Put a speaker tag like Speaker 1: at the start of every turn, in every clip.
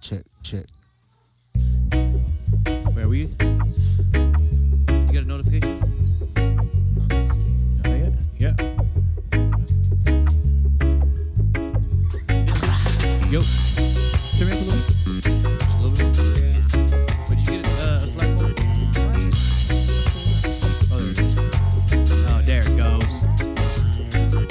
Speaker 1: check.
Speaker 2: Where are we? You got a notification? Not yet? Yeah. Yo. Turn me up a little bit. A little bit. Yeah. Wait, did you get uh, a slack one? Oh, there it is. Oh, there it goes.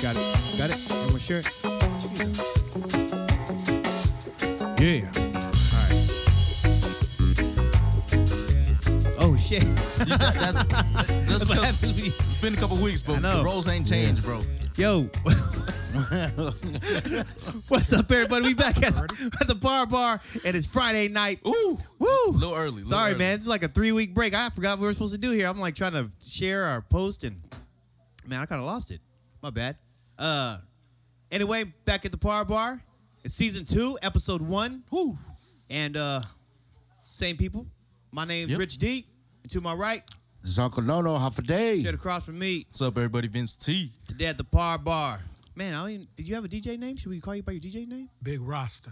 Speaker 2: Got it. Got it. You want to share it? Yeah. All right. Oh, shit. That's
Speaker 3: That's, just
Speaker 2: what
Speaker 3: 'cause
Speaker 2: happens when you-
Speaker 3: it's been a couple weeks,
Speaker 2: I
Speaker 3: but
Speaker 2: know.
Speaker 3: the roles ain't changed, bro.
Speaker 2: Yo. What's up, everybody? We back at, at the Bar Bar, and it's Friday night. Ooh, woo.
Speaker 3: Little early, little
Speaker 2: Sorry,
Speaker 3: early.
Speaker 2: man. It's like a three week break. I forgot what we were supposed to do here. I'm like trying to share our post, and man, I kind of lost it. My bad. Uh, anyway, back at the Par Bar. It's season two, episode one. Woo. And uh, same people. My name's
Speaker 3: Yep.
Speaker 2: Rich D. And to my right,
Speaker 1: This is Uncle Nono. How for day?
Speaker 2: straight across from me,
Speaker 3: What's up, everybody? Vince T.
Speaker 2: Today at the Par Bar. Man, I don't even, did you have a DJ name? Should we call you by your DJ name?
Speaker 4: Big Rasta.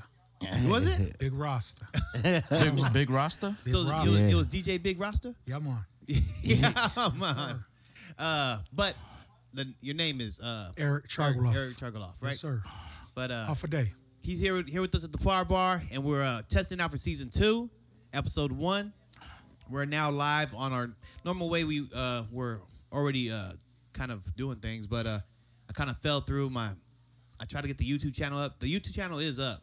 Speaker 2: Was it?
Speaker 4: Big Rasta.
Speaker 3: Big, big roster.
Speaker 4: Big
Speaker 2: so it
Speaker 4: Rasta.
Speaker 2: was, it
Speaker 1: Yeah.
Speaker 2: was DJ Big Roster.
Speaker 4: Yeah, I'm on.
Speaker 2: yeah, man. Uh, but the, your name is uh,
Speaker 4: Eric Chargoloff.
Speaker 2: Eric Chargoloff, right?
Speaker 4: Yes, sir.
Speaker 2: But uh,
Speaker 4: Off a day.
Speaker 2: he's here here with us at the Far Bar, and we're uh, testing out for season two, episode one. We're now live on our normal way. We uh, were already uh, kind of doing things, but uh, I kind of fell through my. I tried to get the YouTube channel up. The YouTube channel is up.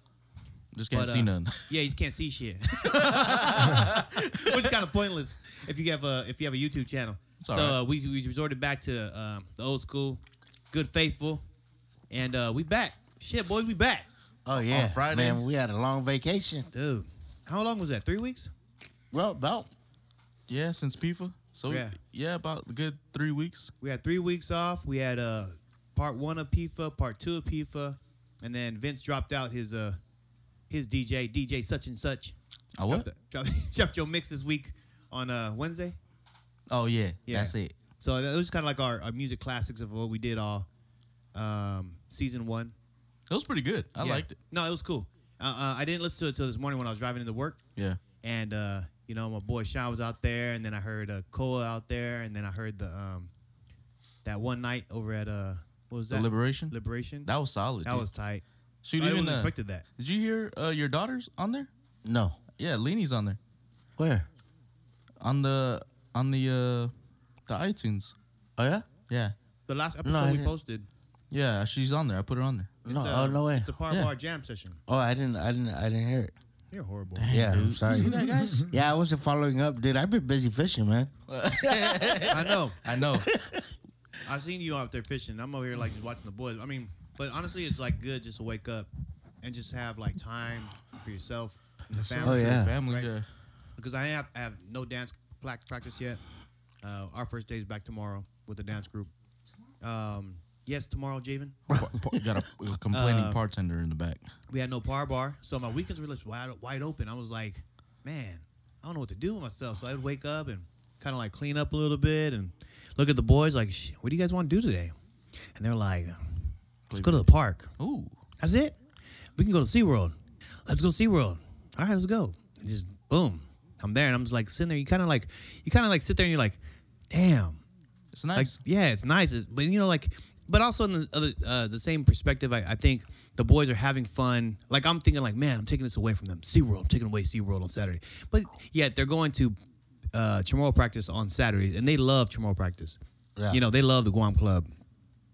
Speaker 3: Just can't
Speaker 2: But,
Speaker 3: see
Speaker 2: uh,
Speaker 3: nothing.
Speaker 2: Yeah, you just can't see shit, which is kind of pointless if you have a if you have a YouTube channel. So
Speaker 3: all
Speaker 2: uh, we we resorted back to um, the old school, good faithful, and uh, we back. Shit, boys, we back,
Speaker 1: Oh yeah,
Speaker 3: Friday?
Speaker 1: Man, we had a long vacation.
Speaker 2: dude. How long was that? Three weeks?
Speaker 1: Well, about
Speaker 3: Yeah, since PIFA. So yeah.
Speaker 2: Yeah.
Speaker 3: about a good three weeks.
Speaker 2: We had three weeks off. We had uh, part one of PIFA, part two of PIFA, and then Vince dropped out his uh, his DJ, DJ such and such.
Speaker 3: I what?
Speaker 2: Dropped, dropped- dropped your mix this week on uh, Wednesday.
Speaker 3: Oh yeah,
Speaker 2: Yeah.
Speaker 3: that's it.
Speaker 2: So that was kind of like our, our music classics of what we did all um, season one.
Speaker 3: It was pretty good. I
Speaker 2: Yeah.
Speaker 3: liked it.
Speaker 2: No, it was cool. Uh, uh, I didn't listen to it till this morning when I was driving into work,
Speaker 3: Yeah.
Speaker 2: and uh, you know my boy Sean was out there, and then I heard uh, Koa out there, and then I heard the um, that one night over at uh, what was
Speaker 3: The
Speaker 2: that
Speaker 3: Liberation?
Speaker 2: Liberation. That,
Speaker 3: That was solid. dude.
Speaker 2: was tight. I
Speaker 3: Shoot,
Speaker 2: didn't
Speaker 3: even, uh,
Speaker 2: expected that.
Speaker 3: Did you hear uh, your daughter's on there?
Speaker 1: no.
Speaker 3: Yeah, Leanie's on there.
Speaker 1: Where?
Speaker 3: On the on the uh the iTunes.
Speaker 1: Oh yeah.
Speaker 3: Yeah.
Speaker 2: The last episode
Speaker 1: I
Speaker 2: we
Speaker 1: didn't.
Speaker 2: posted.
Speaker 3: Yeah, she's on there. I put her on there.
Speaker 1: No.
Speaker 2: it's,
Speaker 1: oh
Speaker 2: uh,
Speaker 1: no way.
Speaker 2: It's a par
Speaker 3: Yeah.
Speaker 2: bar jam session.
Speaker 1: oh, I didn't. I didn't. I didn't hear it.
Speaker 2: You're horrible.
Speaker 1: yeah. I'm sorry.
Speaker 3: See that, guys?
Speaker 1: Yeah, I wasn't following up, dude. I've been busy fishing, man.
Speaker 2: I know.
Speaker 3: I know.
Speaker 2: I seen you out there fishing. I'm over here like just watching the boys. I mean, but honestly, it's like good just to wake up and just have like time for yourself and the
Speaker 1: Oh,
Speaker 2: family.
Speaker 1: yeah.
Speaker 3: Family.
Speaker 2: Right.
Speaker 3: Yeah.
Speaker 2: Because I have I have no dance pla- practice yet. Uh, our first day is back tomorrow with the dance group. Um, yes, tomorrow, Javen.
Speaker 3: Par- par- got a a complaining bartender in the back.
Speaker 2: We had no par bar, so my weekends were just wide wide open. I was like, man, I don't know what to do with myself. So I'd wake up and kind of like clean up a little bit and look at the boys like, "Shh, what do you guys want to do today? And they're like, let's go to the park.
Speaker 3: Ooh.
Speaker 2: That's it. We can go to SeaWorld. Let's go to SeaWorld. All right, let's go. And just boom. I'm there and I'm just like sitting there. You kind of like, you kind of like sit there and you're like, damn.
Speaker 3: It's
Speaker 2: Like,
Speaker 3: nice.
Speaker 2: yeah, it's nice. It's, but you know, like, but also in the other, uh, the same perspective, I, I think the boys are having fun. Like, I'm thinking, like, man, I'm taking this away from them. SeaWorld, I'm taking away SeaWorld on Saturday. But yet they're going to uh, Chamorro practice on Saturdays and they love Chamorro practice.
Speaker 1: Yeah.
Speaker 2: You know, they love the Guam Club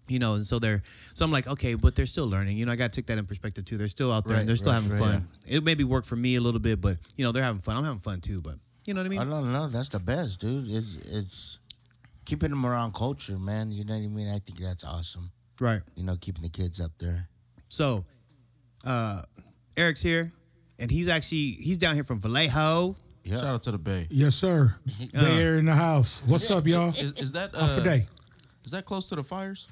Speaker 2: you know, and so they're so I'm like, okay, but they're still learning. You know, I gotta take that in perspective too. They're still out there and
Speaker 1: Right,
Speaker 2: they're still
Speaker 1: right,
Speaker 2: having
Speaker 1: right,
Speaker 2: fun. It maybe worked for me a little bit, but you know, they're having fun. I'm having fun too, but you know what I mean?
Speaker 1: I don't know. That's the best, dude. It's it's keeping them around culture, man. You know what I mean? I think that's awesome.
Speaker 2: right.
Speaker 1: You know, keeping the kids up there.
Speaker 2: So uh Eric's here and he's actually he's down here from Vallejo.
Speaker 1: Yeah.
Speaker 3: Shout out to the Bay.
Speaker 4: Yes, sir.
Speaker 2: Uh.
Speaker 4: Bay Area in the house. What's up, y'all?
Speaker 3: Is, is that
Speaker 4: Off
Speaker 3: uh,
Speaker 4: a day.
Speaker 3: Is that close to the fires?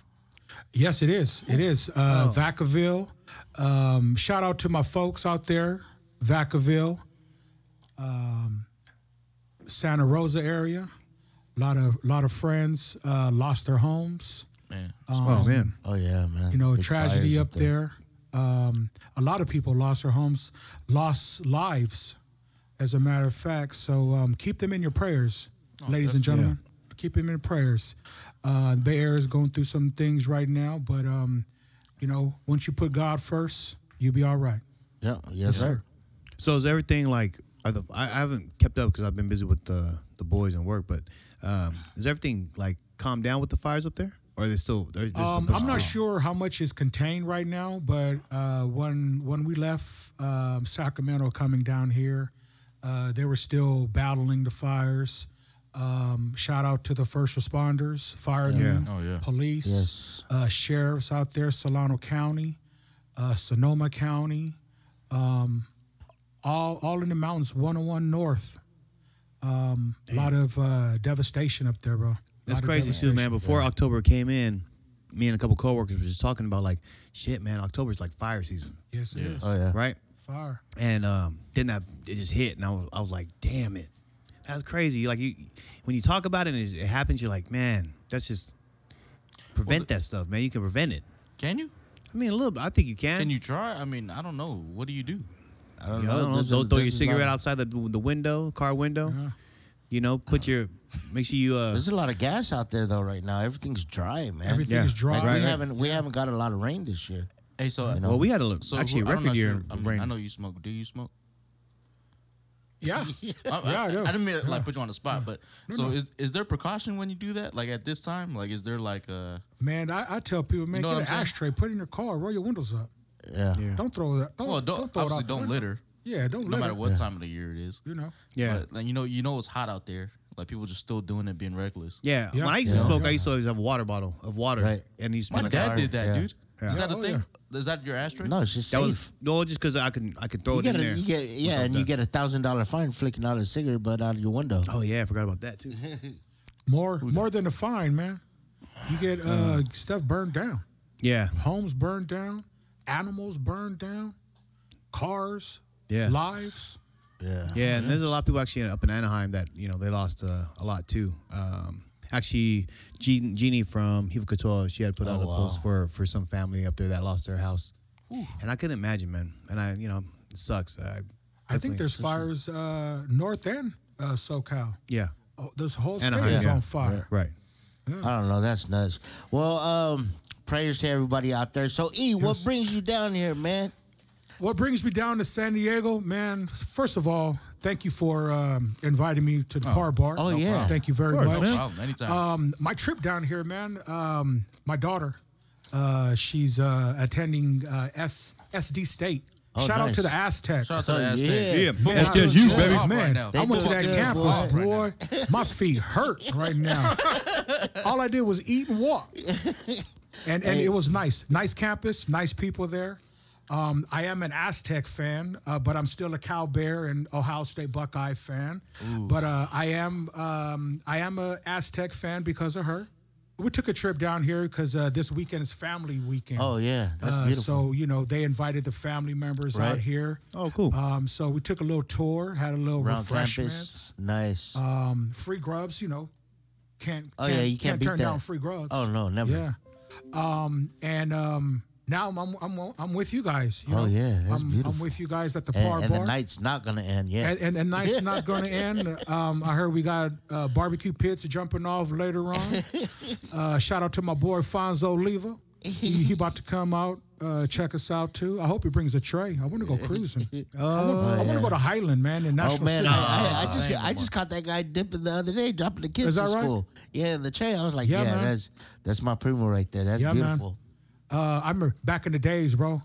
Speaker 4: Yes, it is. It is. Uh, Vacaville. Um, shout out to my folks out there. Vacaville. Um, Santa Rosa area. A lot of lot of friends uh, lost their homes. Um,
Speaker 3: man.
Speaker 5: oh man,
Speaker 1: Oh yeah, man.
Speaker 4: You know,
Speaker 1: Big
Speaker 4: tragedy
Speaker 1: fires
Speaker 4: up there. Um, a lot of people lost their homes, lost lives. As a matter of fact, so um, keep them in your prayers, ladies and gentlemen. Keep them in prayers. Uh, Bay Area is going through some things right now, but um, you know, once you put God first, you'll be all right.
Speaker 1: Yeah, yes, sir.
Speaker 2: So is everything like? Are the, I, I haven't kept up because I've been busy with the the boys and work. But um, is everything like calmed down with the fires up there? Or are they still? They're, they're still
Speaker 4: Um, I'm
Speaker 2: pushing through?
Speaker 4: not sure how much is contained right now, but uh, when when we left um, Sacramento coming down here, uh, they were still battling the fires. Um, shout out to the first responders, firemen,
Speaker 3: Yeah. Oh, yeah.
Speaker 4: police,
Speaker 1: Yes.
Speaker 4: uh, sheriffs out there, Solano County, uh, Sonoma County, um, all all in the mountains, 101 North. Um, A lot of uh, devastation up there, bro.
Speaker 2: That's
Speaker 4: Lot of
Speaker 2: crazy too, man.
Speaker 4: devastation.
Speaker 2: Before October came in, me and a couple coworkers were just talking about like, shit, man. October's like fire season,
Speaker 4: Yes, it is.
Speaker 1: Oh yeah.
Speaker 2: right?
Speaker 4: Fire.
Speaker 2: And um, then that it just hit, and I was, I was like, damn it, that's crazy. Like you, when you talk about it, and it happens, you're like, man, that's just prevent that stuff, man. You can prevent it.
Speaker 3: Can you?
Speaker 2: I mean, a little. bit. I think you can.
Speaker 3: Can you uh, try? I mean, I don't know. What do you do?
Speaker 1: I don't
Speaker 2: You know,
Speaker 1: know.
Speaker 2: don't,
Speaker 1: This
Speaker 2: don't
Speaker 1: is-
Speaker 2: throw
Speaker 1: this
Speaker 2: your
Speaker 1: is
Speaker 2: cigarette
Speaker 1: lot-
Speaker 2: outside the the window, car window.
Speaker 3: Uh-huh.
Speaker 2: You know, put your make sure you uh
Speaker 1: There's a lot of gas out there though right now. Everything's dry, man.
Speaker 4: Everything's
Speaker 2: Yeah.
Speaker 4: dry.
Speaker 1: Like,
Speaker 2: Right,
Speaker 1: we
Speaker 2: right.
Speaker 1: haven't we haven't got a lot of rain this year.
Speaker 3: Hey, so uh,
Speaker 1: You know,
Speaker 2: well, we had a look.
Speaker 3: so who-
Speaker 2: actually,
Speaker 3: I
Speaker 2: a
Speaker 3: don't
Speaker 2: record
Speaker 3: know,
Speaker 2: year
Speaker 3: sure.
Speaker 2: of
Speaker 3: I, mean,
Speaker 2: rain.
Speaker 3: I know you smoke. Do you smoke?
Speaker 4: Yeah.
Speaker 3: I, I,
Speaker 4: Yeah, I do.
Speaker 3: I didn't mean to, like put you on the spot, but so is is there precaution when you do that? Like at this time, like is there like uh, a
Speaker 4: Man, I, I tell people, man,
Speaker 3: know what I'm
Speaker 4: get an
Speaker 3: saying?
Speaker 4: ashtray, put it in your car, roll your windows up.
Speaker 1: Yeah.
Speaker 2: Yeah.
Speaker 4: Don't throw that. Don't,
Speaker 3: well?
Speaker 4: don't,
Speaker 3: Don't,
Speaker 4: throw it
Speaker 3: obviously
Speaker 4: out the
Speaker 3: don't
Speaker 4: window.
Speaker 3: litter,
Speaker 4: Yeah, don't
Speaker 3: no
Speaker 4: litter.
Speaker 3: matter what time of the year it is.
Speaker 4: You know,
Speaker 2: yeah.
Speaker 3: But, like, you know, you know it's hot out there. Like people just still doing it, being reckless.
Speaker 2: yeah,
Speaker 4: Yeah.
Speaker 2: When I used to
Speaker 4: Yeah.
Speaker 2: smoke, I used to always have a water bottle of water,
Speaker 1: Right.
Speaker 2: and he used to
Speaker 3: My
Speaker 2: be like,
Speaker 3: dad did that,
Speaker 1: Yeah.
Speaker 3: dude.
Speaker 2: Yeah.
Speaker 3: Is that a
Speaker 4: Oh,
Speaker 3: thing? Is that your ashtray?
Speaker 1: No, it's just
Speaker 2: That
Speaker 1: safe.
Speaker 2: was no, just because I can I can throw
Speaker 1: you
Speaker 2: it
Speaker 1: get
Speaker 2: in
Speaker 1: a,
Speaker 2: there.
Speaker 1: you get yeah,
Speaker 2: Something
Speaker 1: and
Speaker 2: like
Speaker 1: you
Speaker 2: that.
Speaker 1: get a thousand dollar fine flicking out a cigarette butt out of your window.
Speaker 2: Oh yeah, I forgot about that too.
Speaker 4: more more than a fine, man. You get uh, stuff burned down,
Speaker 2: yeah,
Speaker 4: homes burned down, animals burned down, cars,
Speaker 2: Yeah.
Speaker 4: lives.
Speaker 1: Yeah.
Speaker 2: yeah. And there's a lot of people actually up in Anaheim that you know they lost uh, a lot too. Um, actually, Jean, Jeannie from Hiva Katoa, she had put out
Speaker 1: Oh,
Speaker 2: a
Speaker 1: wow.
Speaker 2: post for for some family up there that lost their house, and I couldn't imagine, man. And I, you know, it sucks. I,
Speaker 4: I think
Speaker 2: definitely-
Speaker 4: there's fires uh, north and uh, SoCal.
Speaker 2: yeah,
Speaker 4: Oh, this whole state
Speaker 2: Anaheim
Speaker 4: is
Speaker 2: yeah.
Speaker 4: on fire.
Speaker 2: right.
Speaker 1: I don't know. That's nuts. Well, um, prayers to everybody out there. So, E, what brings you down here, man? Oh, No yeah. problem.
Speaker 4: um, Thank you very
Speaker 3: Of course,
Speaker 4: much.
Speaker 3: no problem. Anytime.
Speaker 4: Um, my trip down here, man, um, my daughter, uh, she's uh, attending uh, S- SD State.
Speaker 1: Oh,
Speaker 4: Shout out
Speaker 1: nice.
Speaker 4: to the Aztecs.
Speaker 3: Shout out to the
Speaker 1: So,
Speaker 3: Aztec.
Speaker 1: yeah. Yeah,
Speaker 4: Man,
Speaker 3: football
Speaker 4: I
Speaker 3: team's
Speaker 4: was-
Speaker 3: going
Speaker 4: man,
Speaker 3: off right
Speaker 4: man,
Speaker 3: now.
Speaker 4: I went to
Speaker 1: doing
Speaker 4: that
Speaker 1: good,
Speaker 4: campus,
Speaker 1: boy.
Speaker 4: boy. My feet hurt right now. All I did was eat and walk, and and it was nice. Nice campus, nice people there. Um, I am an Aztec fan, uh, but I'm still a Cow Bear and Ohio State Buckeye fan. But uh, I am um, I am a Aztec fan because of her. We took a trip down here because uh, this weekend is family weekend.
Speaker 1: Oh yeah, that's
Speaker 4: Uh,
Speaker 1: beautiful.
Speaker 4: so you know they invited the family members out
Speaker 1: Right.
Speaker 4: here.
Speaker 2: Oh, cool.
Speaker 4: Um, so we took a little tour, had a little
Speaker 1: Around campus,
Speaker 4: refreshments,
Speaker 1: nice.
Speaker 2: Uh,
Speaker 4: um, free grubs. You know, can't
Speaker 1: Oh,
Speaker 4: can't,
Speaker 1: yeah, you can't beat
Speaker 4: turn down
Speaker 1: that.
Speaker 4: free grubs.
Speaker 1: oh no, never.
Speaker 4: yeah. Um, and um, now I'm I'm, I'm I'm with you guys. You
Speaker 1: Oh,
Speaker 4: know?
Speaker 1: yeah, that's
Speaker 4: I'm, I'm
Speaker 1: beautiful.
Speaker 4: with you guys at the par
Speaker 1: And, and
Speaker 4: bar.
Speaker 1: the night's not gonna end. Yeah.
Speaker 4: and, and the night's not going to end. Um, I heard we got uh, barbecue pits jumping off later on. Uh, shout out to my boy Fonzo Oliva. He, he about to come out. Uh, check us out too. I hope he brings a tray. I want to go cruising. Uh, I want to go to Highland, man, in
Speaker 1: Oh
Speaker 4: National
Speaker 1: man,
Speaker 4: City.
Speaker 1: I, I, I just
Speaker 3: Same
Speaker 1: I just caught that guy dipping the other day, dropping the kids
Speaker 4: Is
Speaker 1: to
Speaker 4: that right?
Speaker 1: school. Yeah, in the chair. I was like,
Speaker 4: Yeah,
Speaker 1: yeah,
Speaker 4: man.
Speaker 1: that's that's my primo right there. That's
Speaker 4: Yeah, man.
Speaker 1: beautiful.
Speaker 4: uh, I remember back in the days, bro.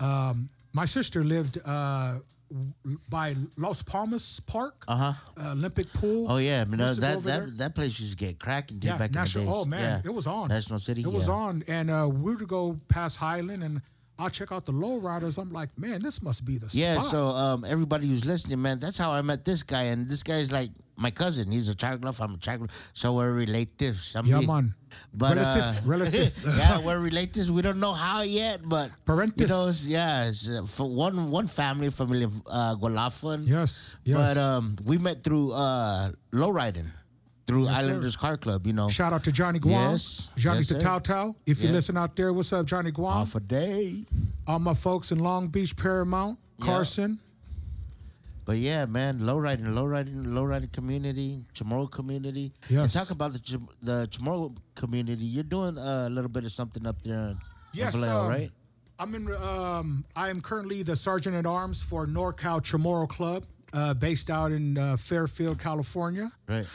Speaker 4: Um, my sister lived uh, w- by Los Palmas Park, uh-huh. Olympic Pool.
Speaker 1: Oh yeah, I mean,
Speaker 4: Used
Speaker 1: uh,
Speaker 4: to go
Speaker 1: that
Speaker 4: over there.
Speaker 1: that, that place used to get cracking dude,
Speaker 4: yeah,
Speaker 1: back
Speaker 4: national.
Speaker 1: in the days.
Speaker 4: Oh man,
Speaker 1: Yeah.
Speaker 4: it was on
Speaker 1: National City.
Speaker 4: It was
Speaker 1: yeah.
Speaker 4: on, and uh, we would go past Highland, and I'll check out the lowriders. I'm like, man, this must be the
Speaker 1: Yeah,
Speaker 4: spot.
Speaker 1: so um, everybody who's listening, man, that's how I met this guy, and this guy's like my cousin. He's a chocolate, I'm a chocolate, so we're relatives. I'm
Speaker 4: yeah, man.
Speaker 1: But
Speaker 4: relative,
Speaker 1: uh,
Speaker 4: relative.
Speaker 1: yeah, we're relatives. We don't know how yet, but You
Speaker 4: Parentis.
Speaker 1: know, it's- yeah, it's, uh, for one one family, family of uh, Golafan.
Speaker 4: yes, yes.
Speaker 1: But um, we met through uh, lowriding, through
Speaker 4: sir.
Speaker 1: Islanders Car Club. You know,
Speaker 4: Shout out to Johnny Guam,
Speaker 1: Yes,
Speaker 4: Johnny
Speaker 1: yes,
Speaker 4: the
Speaker 1: sir.
Speaker 4: Tao Tao. If you
Speaker 1: Yeah.
Speaker 4: listen out there, what's up, Johnny Guam?
Speaker 1: off a day.
Speaker 4: All my folks in Long Beach, Paramount, Carson.
Speaker 1: But yeah, man, lowriding, lowriding, lowriding community, Chamorro community.
Speaker 4: Yes.
Speaker 1: And talk about the Chim- the Chamorro community. You're doing uh, a little bit of something up there in in Vallejo,
Speaker 4: um,
Speaker 1: right?
Speaker 4: I'm in. Um, I am currently the sergeant at arms for NorCal Chamorro Club, uh, based out in uh, Fairfield, California.
Speaker 1: Right.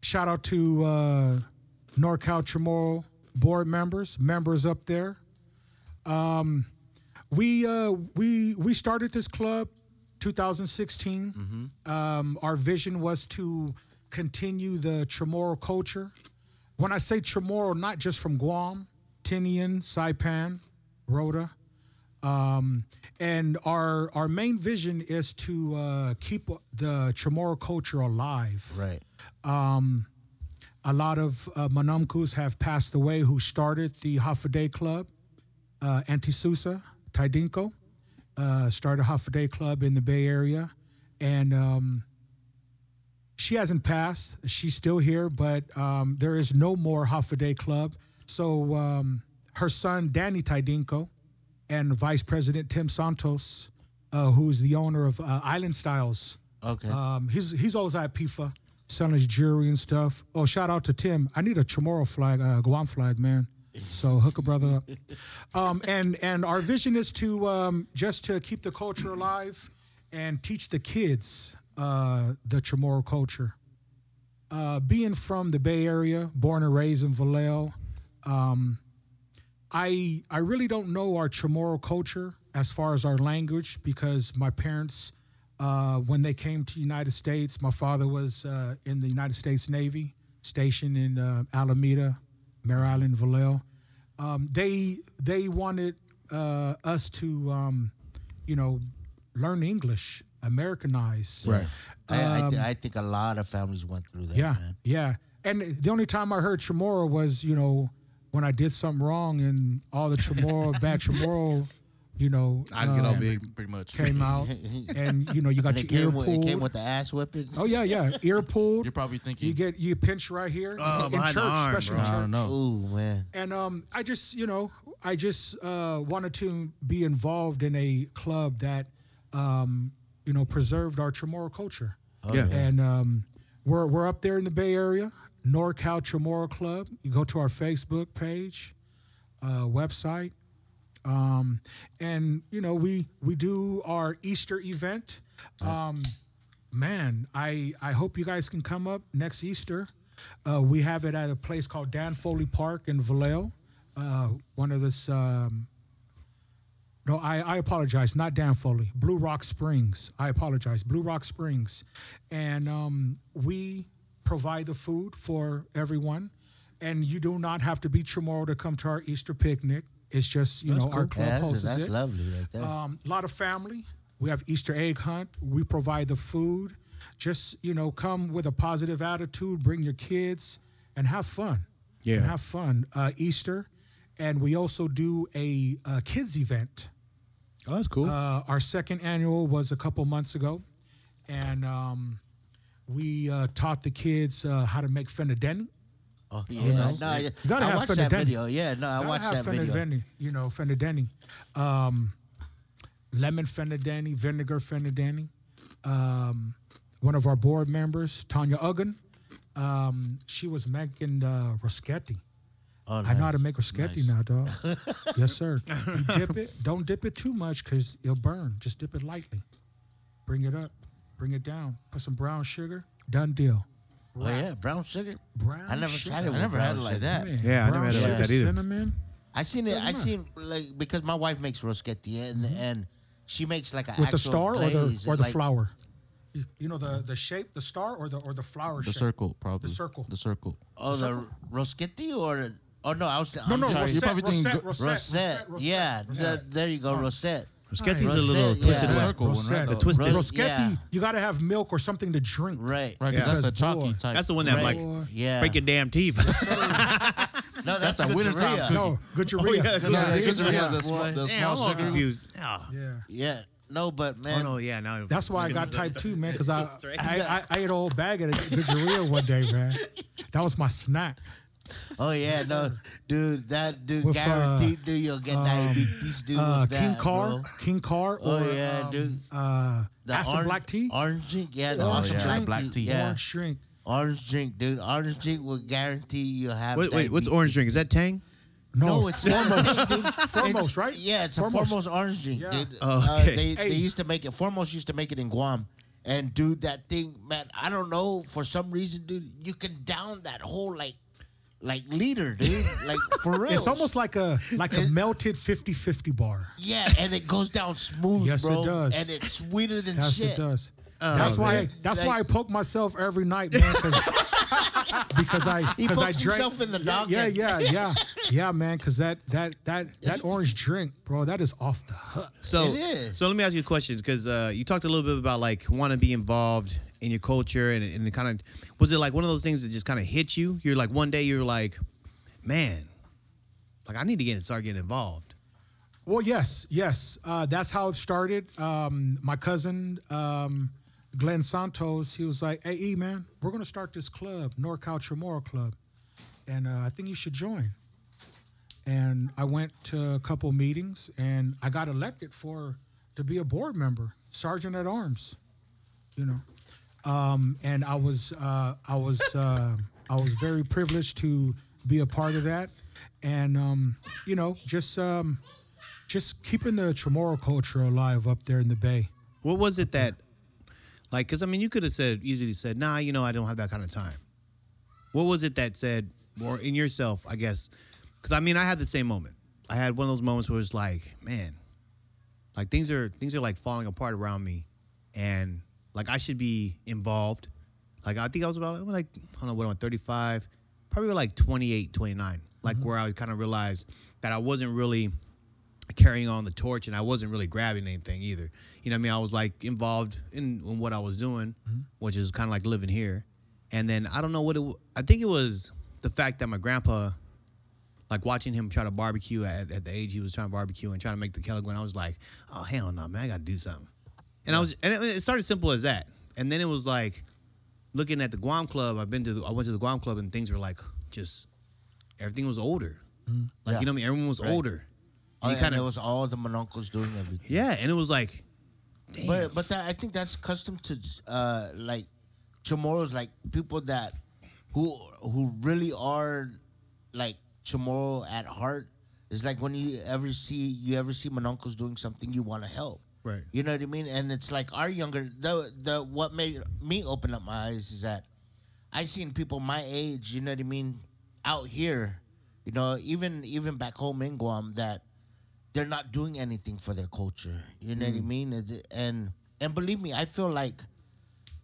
Speaker 4: Shout out to uh, NorCal Chamorro board members, members up there. Um, we uh, we we started this club 2016. Um, our vision was to continue the Chamorro culture. When I say Chamorro, not just from Guam, Tinian, Saipan, Rota. Um, and our our main vision is to uh, keep the Chamorro culture alive
Speaker 1: Right.
Speaker 4: a lot of uh, Manamkus have passed away who started the Hafaday Club. Uh, Antisusa Taidinko uh, started Hafaday Club in the Bay Area. And um, she hasn't passed. She's still here, but um, there is no more Hafaday Club. So um, her son, Danny Taidinko, and Vice President Tim Santos, uh, who's the owner of uh, Island Styles,
Speaker 1: Okay.
Speaker 4: um, he's he's always at PIFA selling his jewelry and stuff. Oh, shout out to Tim. I need a Chamorro flag, uh, Guam flag, man. So hook a brother up. Um, and and our vision is to um, just to keep the culture alive and teach the kids uh, the Chamorro culture. Uh, being from the Bay Area, born and raised in Vallejo, I I really don't know our Chamorro culture as far as our language because my parents, uh, when they came to the United States, my father was uh, in the United States Navy, stationed in uh, Alameda, Mare Island, Vallejo. Um, they they wanted uh, us to, um, you know, learn English, Americanize.
Speaker 1: right. I, I, th- I think a lot of families went through that.
Speaker 4: um, Yeah,
Speaker 1: Man.
Speaker 4: yeah. And the only time I heard Chamorro was, you know, when I did something wrong and all the Chamorro, bad Chamorro, you know,
Speaker 2: I just get all
Speaker 4: um,
Speaker 2: big.
Speaker 3: pretty much.
Speaker 4: came out, and you know, you
Speaker 1: And
Speaker 4: got
Speaker 1: it
Speaker 4: your ear
Speaker 1: came, with, it
Speaker 4: pulled.
Speaker 1: came with the ass whipping.
Speaker 4: oh yeah, yeah, ear pulled.
Speaker 3: You're probably thinking,
Speaker 4: you get you pinch right here
Speaker 2: Oh,
Speaker 4: in
Speaker 2: behind
Speaker 4: church,
Speaker 2: the arm,
Speaker 4: especially
Speaker 2: bro.
Speaker 4: in
Speaker 3: I
Speaker 4: church.
Speaker 3: don't know.
Speaker 1: Ooh, man.
Speaker 4: And um, I just, you know, I just uh, wanted to be involved in a club that, um, you know, preserved our Chamorro culture.
Speaker 2: yeah.
Speaker 4: And um, we're we're up there in the Bay Area, NorCal Chamorro Club. You go to our Facebook page, uh, website, um, and you know we we do our Easter event. Um, man, I I hope you guys can come up next Easter. Uh, we have it at a place called Dan Foley Park in Vallejo. Uh, one of this. Um, no, I, I apologize. Not Dan Foley. Blue Rock Springs. I apologize. Blue Rock Springs. And um, we provide the food for everyone. And you do not have to be tomorrow to come to our Easter picnic. It's just, you know, our club
Speaker 1: Yeah, that's
Speaker 4: hosts
Speaker 1: that's
Speaker 4: it.
Speaker 1: lovely right there.
Speaker 4: Um, a lot of family. We have Easter egg hunt. We provide the food. Just you know, come with a positive attitude. Bring your kids and have fun.
Speaker 2: Yeah.
Speaker 4: and have fun. Uh, Easter, and we also do a, uh kids event.
Speaker 2: Oh, that's cool.
Speaker 4: Uh, our second annual was a couple months ago, and um, we uh, taught the kids uh, how to make fenadeni.
Speaker 1: oh, yeah.
Speaker 4: know,
Speaker 1: no, I,
Speaker 4: gotta
Speaker 1: I
Speaker 4: have
Speaker 1: watched that
Speaker 4: Fernandinho.
Speaker 1: video. Yeah, no, I
Speaker 4: Gotta
Speaker 1: watched that
Speaker 4: have
Speaker 1: video.
Speaker 4: Fenadeni, you know, Fenadeni. Um, lemon Fenadeni, vinegar Fenadeni. Um, one of our board members, Tanya Uggan, um, she was making uh, Roschetti.
Speaker 1: Oh,
Speaker 4: I know how to
Speaker 1: nice.
Speaker 4: make Roschetti now, dog. yes, sir. You dip it. Don't dip it too much because it'll burn. Just dip it lightly. Bring it up. Bring it down. Put some brown sugar. Done deal.
Speaker 1: Oh yeah, brown sugar.
Speaker 4: Brown
Speaker 1: I never
Speaker 4: sugar.
Speaker 1: tried it.
Speaker 3: I
Speaker 1: with
Speaker 3: never had it
Speaker 1: brown
Speaker 3: like
Speaker 1: sugar.
Speaker 3: that.
Speaker 4: Man,
Speaker 2: Yeah, I never
Speaker 4: brown
Speaker 2: had it like
Speaker 4: sugar,
Speaker 2: that either.
Speaker 4: Cinnamon.
Speaker 1: I seen it. I
Speaker 4: Doesn't
Speaker 1: seen like because my wife makes roschetti and and she makes like a
Speaker 4: Mm-hmm. with
Speaker 1: actual
Speaker 4: the star or the
Speaker 1: glaze,
Speaker 4: or the
Speaker 1: like-
Speaker 4: flower? You- You know the the shape, the star or the or the flower
Speaker 3: The
Speaker 4: shape.
Speaker 3: circle, probably.
Speaker 4: circle.
Speaker 3: The circle.
Speaker 1: Oh, the roschetti or Oh no, I was.
Speaker 4: No,
Speaker 1: I'm
Speaker 4: no,
Speaker 1: sorry.
Speaker 4: Rosette,
Speaker 3: probably thinking
Speaker 4: Rosette,
Speaker 3: gr-
Speaker 4: Rosette,
Speaker 1: Rosette.
Speaker 4: Rosette, Rosette,
Speaker 1: Yeah,
Speaker 4: Rosette.
Speaker 1: th- there you go, Rosette.
Speaker 2: Sketchy's a
Speaker 1: Rosette,
Speaker 2: little
Speaker 1: yeah.
Speaker 2: twisted one.
Speaker 3: The
Speaker 1: Right.
Speaker 3: circle one, right?
Speaker 4: Rosette.
Speaker 2: The twisted.
Speaker 1: Ro-
Speaker 4: Roschetti,
Speaker 1: Yeah.
Speaker 4: you gotta have milk or something to drink.
Speaker 1: Right.
Speaker 3: Right, because
Speaker 4: Yeah.
Speaker 3: that's the
Speaker 4: That's boy.
Speaker 3: chalky type.
Speaker 2: That's the one that
Speaker 1: Right.
Speaker 2: like
Speaker 1: Yeah.
Speaker 2: break your damn teeth.
Speaker 1: No, that's,
Speaker 3: That's a
Speaker 1: good
Speaker 3: wintertime
Speaker 1: Korea.
Speaker 3: cookie.
Speaker 4: No, Gucci
Speaker 2: yeah,
Speaker 4: Ria.
Speaker 2: good
Speaker 3: Yeah,
Speaker 1: Yeah,
Speaker 3: the
Speaker 1: it is
Speaker 3: picture
Speaker 1: a
Speaker 3: has the
Speaker 1: good
Speaker 3: small-
Speaker 1: boy.
Speaker 3: the
Speaker 2: Damn, I'm
Speaker 3: small
Speaker 2: all
Speaker 3: sugar.
Speaker 2: confused. Oh,
Speaker 4: Yeah.
Speaker 1: Yeah. No, but man.
Speaker 2: oh no, yeah, no.
Speaker 4: That's why I got type two, man, because I,
Speaker 2: That's right.
Speaker 4: I, I I ate a whole bag of Gujaria one day, man. That was my snack.
Speaker 1: Oh yeah, no, dude. That dude
Speaker 4: With, uh, um,
Speaker 1: guaranteed, dude, you'll get diabetes, dude.
Speaker 4: Uh,
Speaker 1: with that,
Speaker 4: King Car,
Speaker 1: bro.
Speaker 4: King Car, or
Speaker 1: Oh yeah,
Speaker 4: um,
Speaker 1: dude.
Speaker 4: uh,
Speaker 1: The
Speaker 4: acid
Speaker 1: orange-
Speaker 4: black tea,
Speaker 1: Orange drink, yeah. The
Speaker 2: Oh,
Speaker 4: Orange
Speaker 1: orange
Speaker 4: drink.
Speaker 1: drink,
Speaker 3: Black tea.
Speaker 1: yeah.
Speaker 4: orange drink.
Speaker 1: Orange drink, dude. Orange drink will guarantee you have.
Speaker 2: Wait, wait, what's
Speaker 1: diabetes.
Speaker 2: orange drink? Is that Tang?
Speaker 4: No,
Speaker 1: No, it's foremost. dude.
Speaker 4: foremost, right?
Speaker 1: Yeah, it's a foremost orange drink,
Speaker 4: Yeah.
Speaker 1: dude.
Speaker 2: Oh,
Speaker 1: Uh,
Speaker 2: okay.
Speaker 1: they, they
Speaker 4: Hey.
Speaker 1: used to make it. Foremost used to make it in Guam, and dude, that thing, man. I don't know for some reason, dude. You can down that whole like, like liter, dude. like for real.
Speaker 4: It's almost like a like a melted 50-50 bar.
Speaker 1: Yeah, and it goes down smooth,
Speaker 4: Yes, it
Speaker 1: bro.
Speaker 4: does.
Speaker 1: And it's sweeter than
Speaker 4: That's
Speaker 1: shit. Oh,
Speaker 4: it does. that's why.
Speaker 1: man.
Speaker 4: that's
Speaker 1: Like-
Speaker 4: why I poke myself every night, man. 'cause- because I
Speaker 1: He
Speaker 4: because I
Speaker 1: pokes
Speaker 4: drank.
Speaker 1: himself in the
Speaker 4: yeah,
Speaker 1: noggin.
Speaker 4: yeah, yeah, yeah, yeah, man. Because that that that that orange drink, bro, that is off the hook.
Speaker 2: So,
Speaker 1: It is.
Speaker 2: so let me ask you a question because uh, you talked a little bit about like wanting to be involved in your culture and, and kind of was it like one of those things that just kind of hit you? You're like one day you're like, man, like I need to get and start getting involved.
Speaker 4: Well, yes, yes. Uh, that's how it started. Um, my cousin, um, Glenn Santos, he was like, hey, E, man, we're going to start this club, NorCal Chamorro Club. And uh, I think you should join. And I went to a couple meetings and I got elected for to be a board member, sergeant at arms, you know. Um, and I was uh, I was uh, I was very privileged to be a part of that. And um, you know, just um, just keeping the Chamorro culture alive up there in the Bay.
Speaker 2: What was it that, like, because I mean you could have said easily said, nah, you know I don't have that kind of time. What was it that said, or in yourself, I guess? Because I mean I had the same moment. I had one of those moments where it's like, man, like things are things are like falling apart around me and like i should be involved like i think i was about I'm like i don't know what i'm 35 probably like 28 29 like where i kind of realized that i wasn't really carrying on the torch and i wasn't really grabbing anything either you know what i mean i was like involved in, in what i was doing which is kind of like living here and then i don't know what it wa- i think it was the fact that my grandpa like watching him try to barbecue at, at the age he was trying to barbecue and trying to make the kettle going, I was like, oh hell no, man, I gotta do something. And I was, and it, it started simple as that. And then it was like, looking at the Guam club, I've been to, the, I went to the Guam club and things were like, just everything was older. Like
Speaker 1: Yeah.
Speaker 2: you know what I mean? Everyone was older.
Speaker 1: Oh,
Speaker 2: You
Speaker 1: and
Speaker 2: kinda-
Speaker 1: it was all the mononcles doing everything.
Speaker 2: Yeah, and it was like, damn.
Speaker 1: But but that, I think that's custom to uh like Chamorros, like people that who who really are like Chamorro at heart. It's like when you ever see you ever see mononcles doing something you want to help.
Speaker 2: Right.
Speaker 1: You know what I mean? And it's like our younger the the what made me open up my eyes is that I seen people my age, you know what I mean, out here, you know, even even back home in Guam that they're not doing anything for their culture. You know what I mean? And- And and believe me, I feel like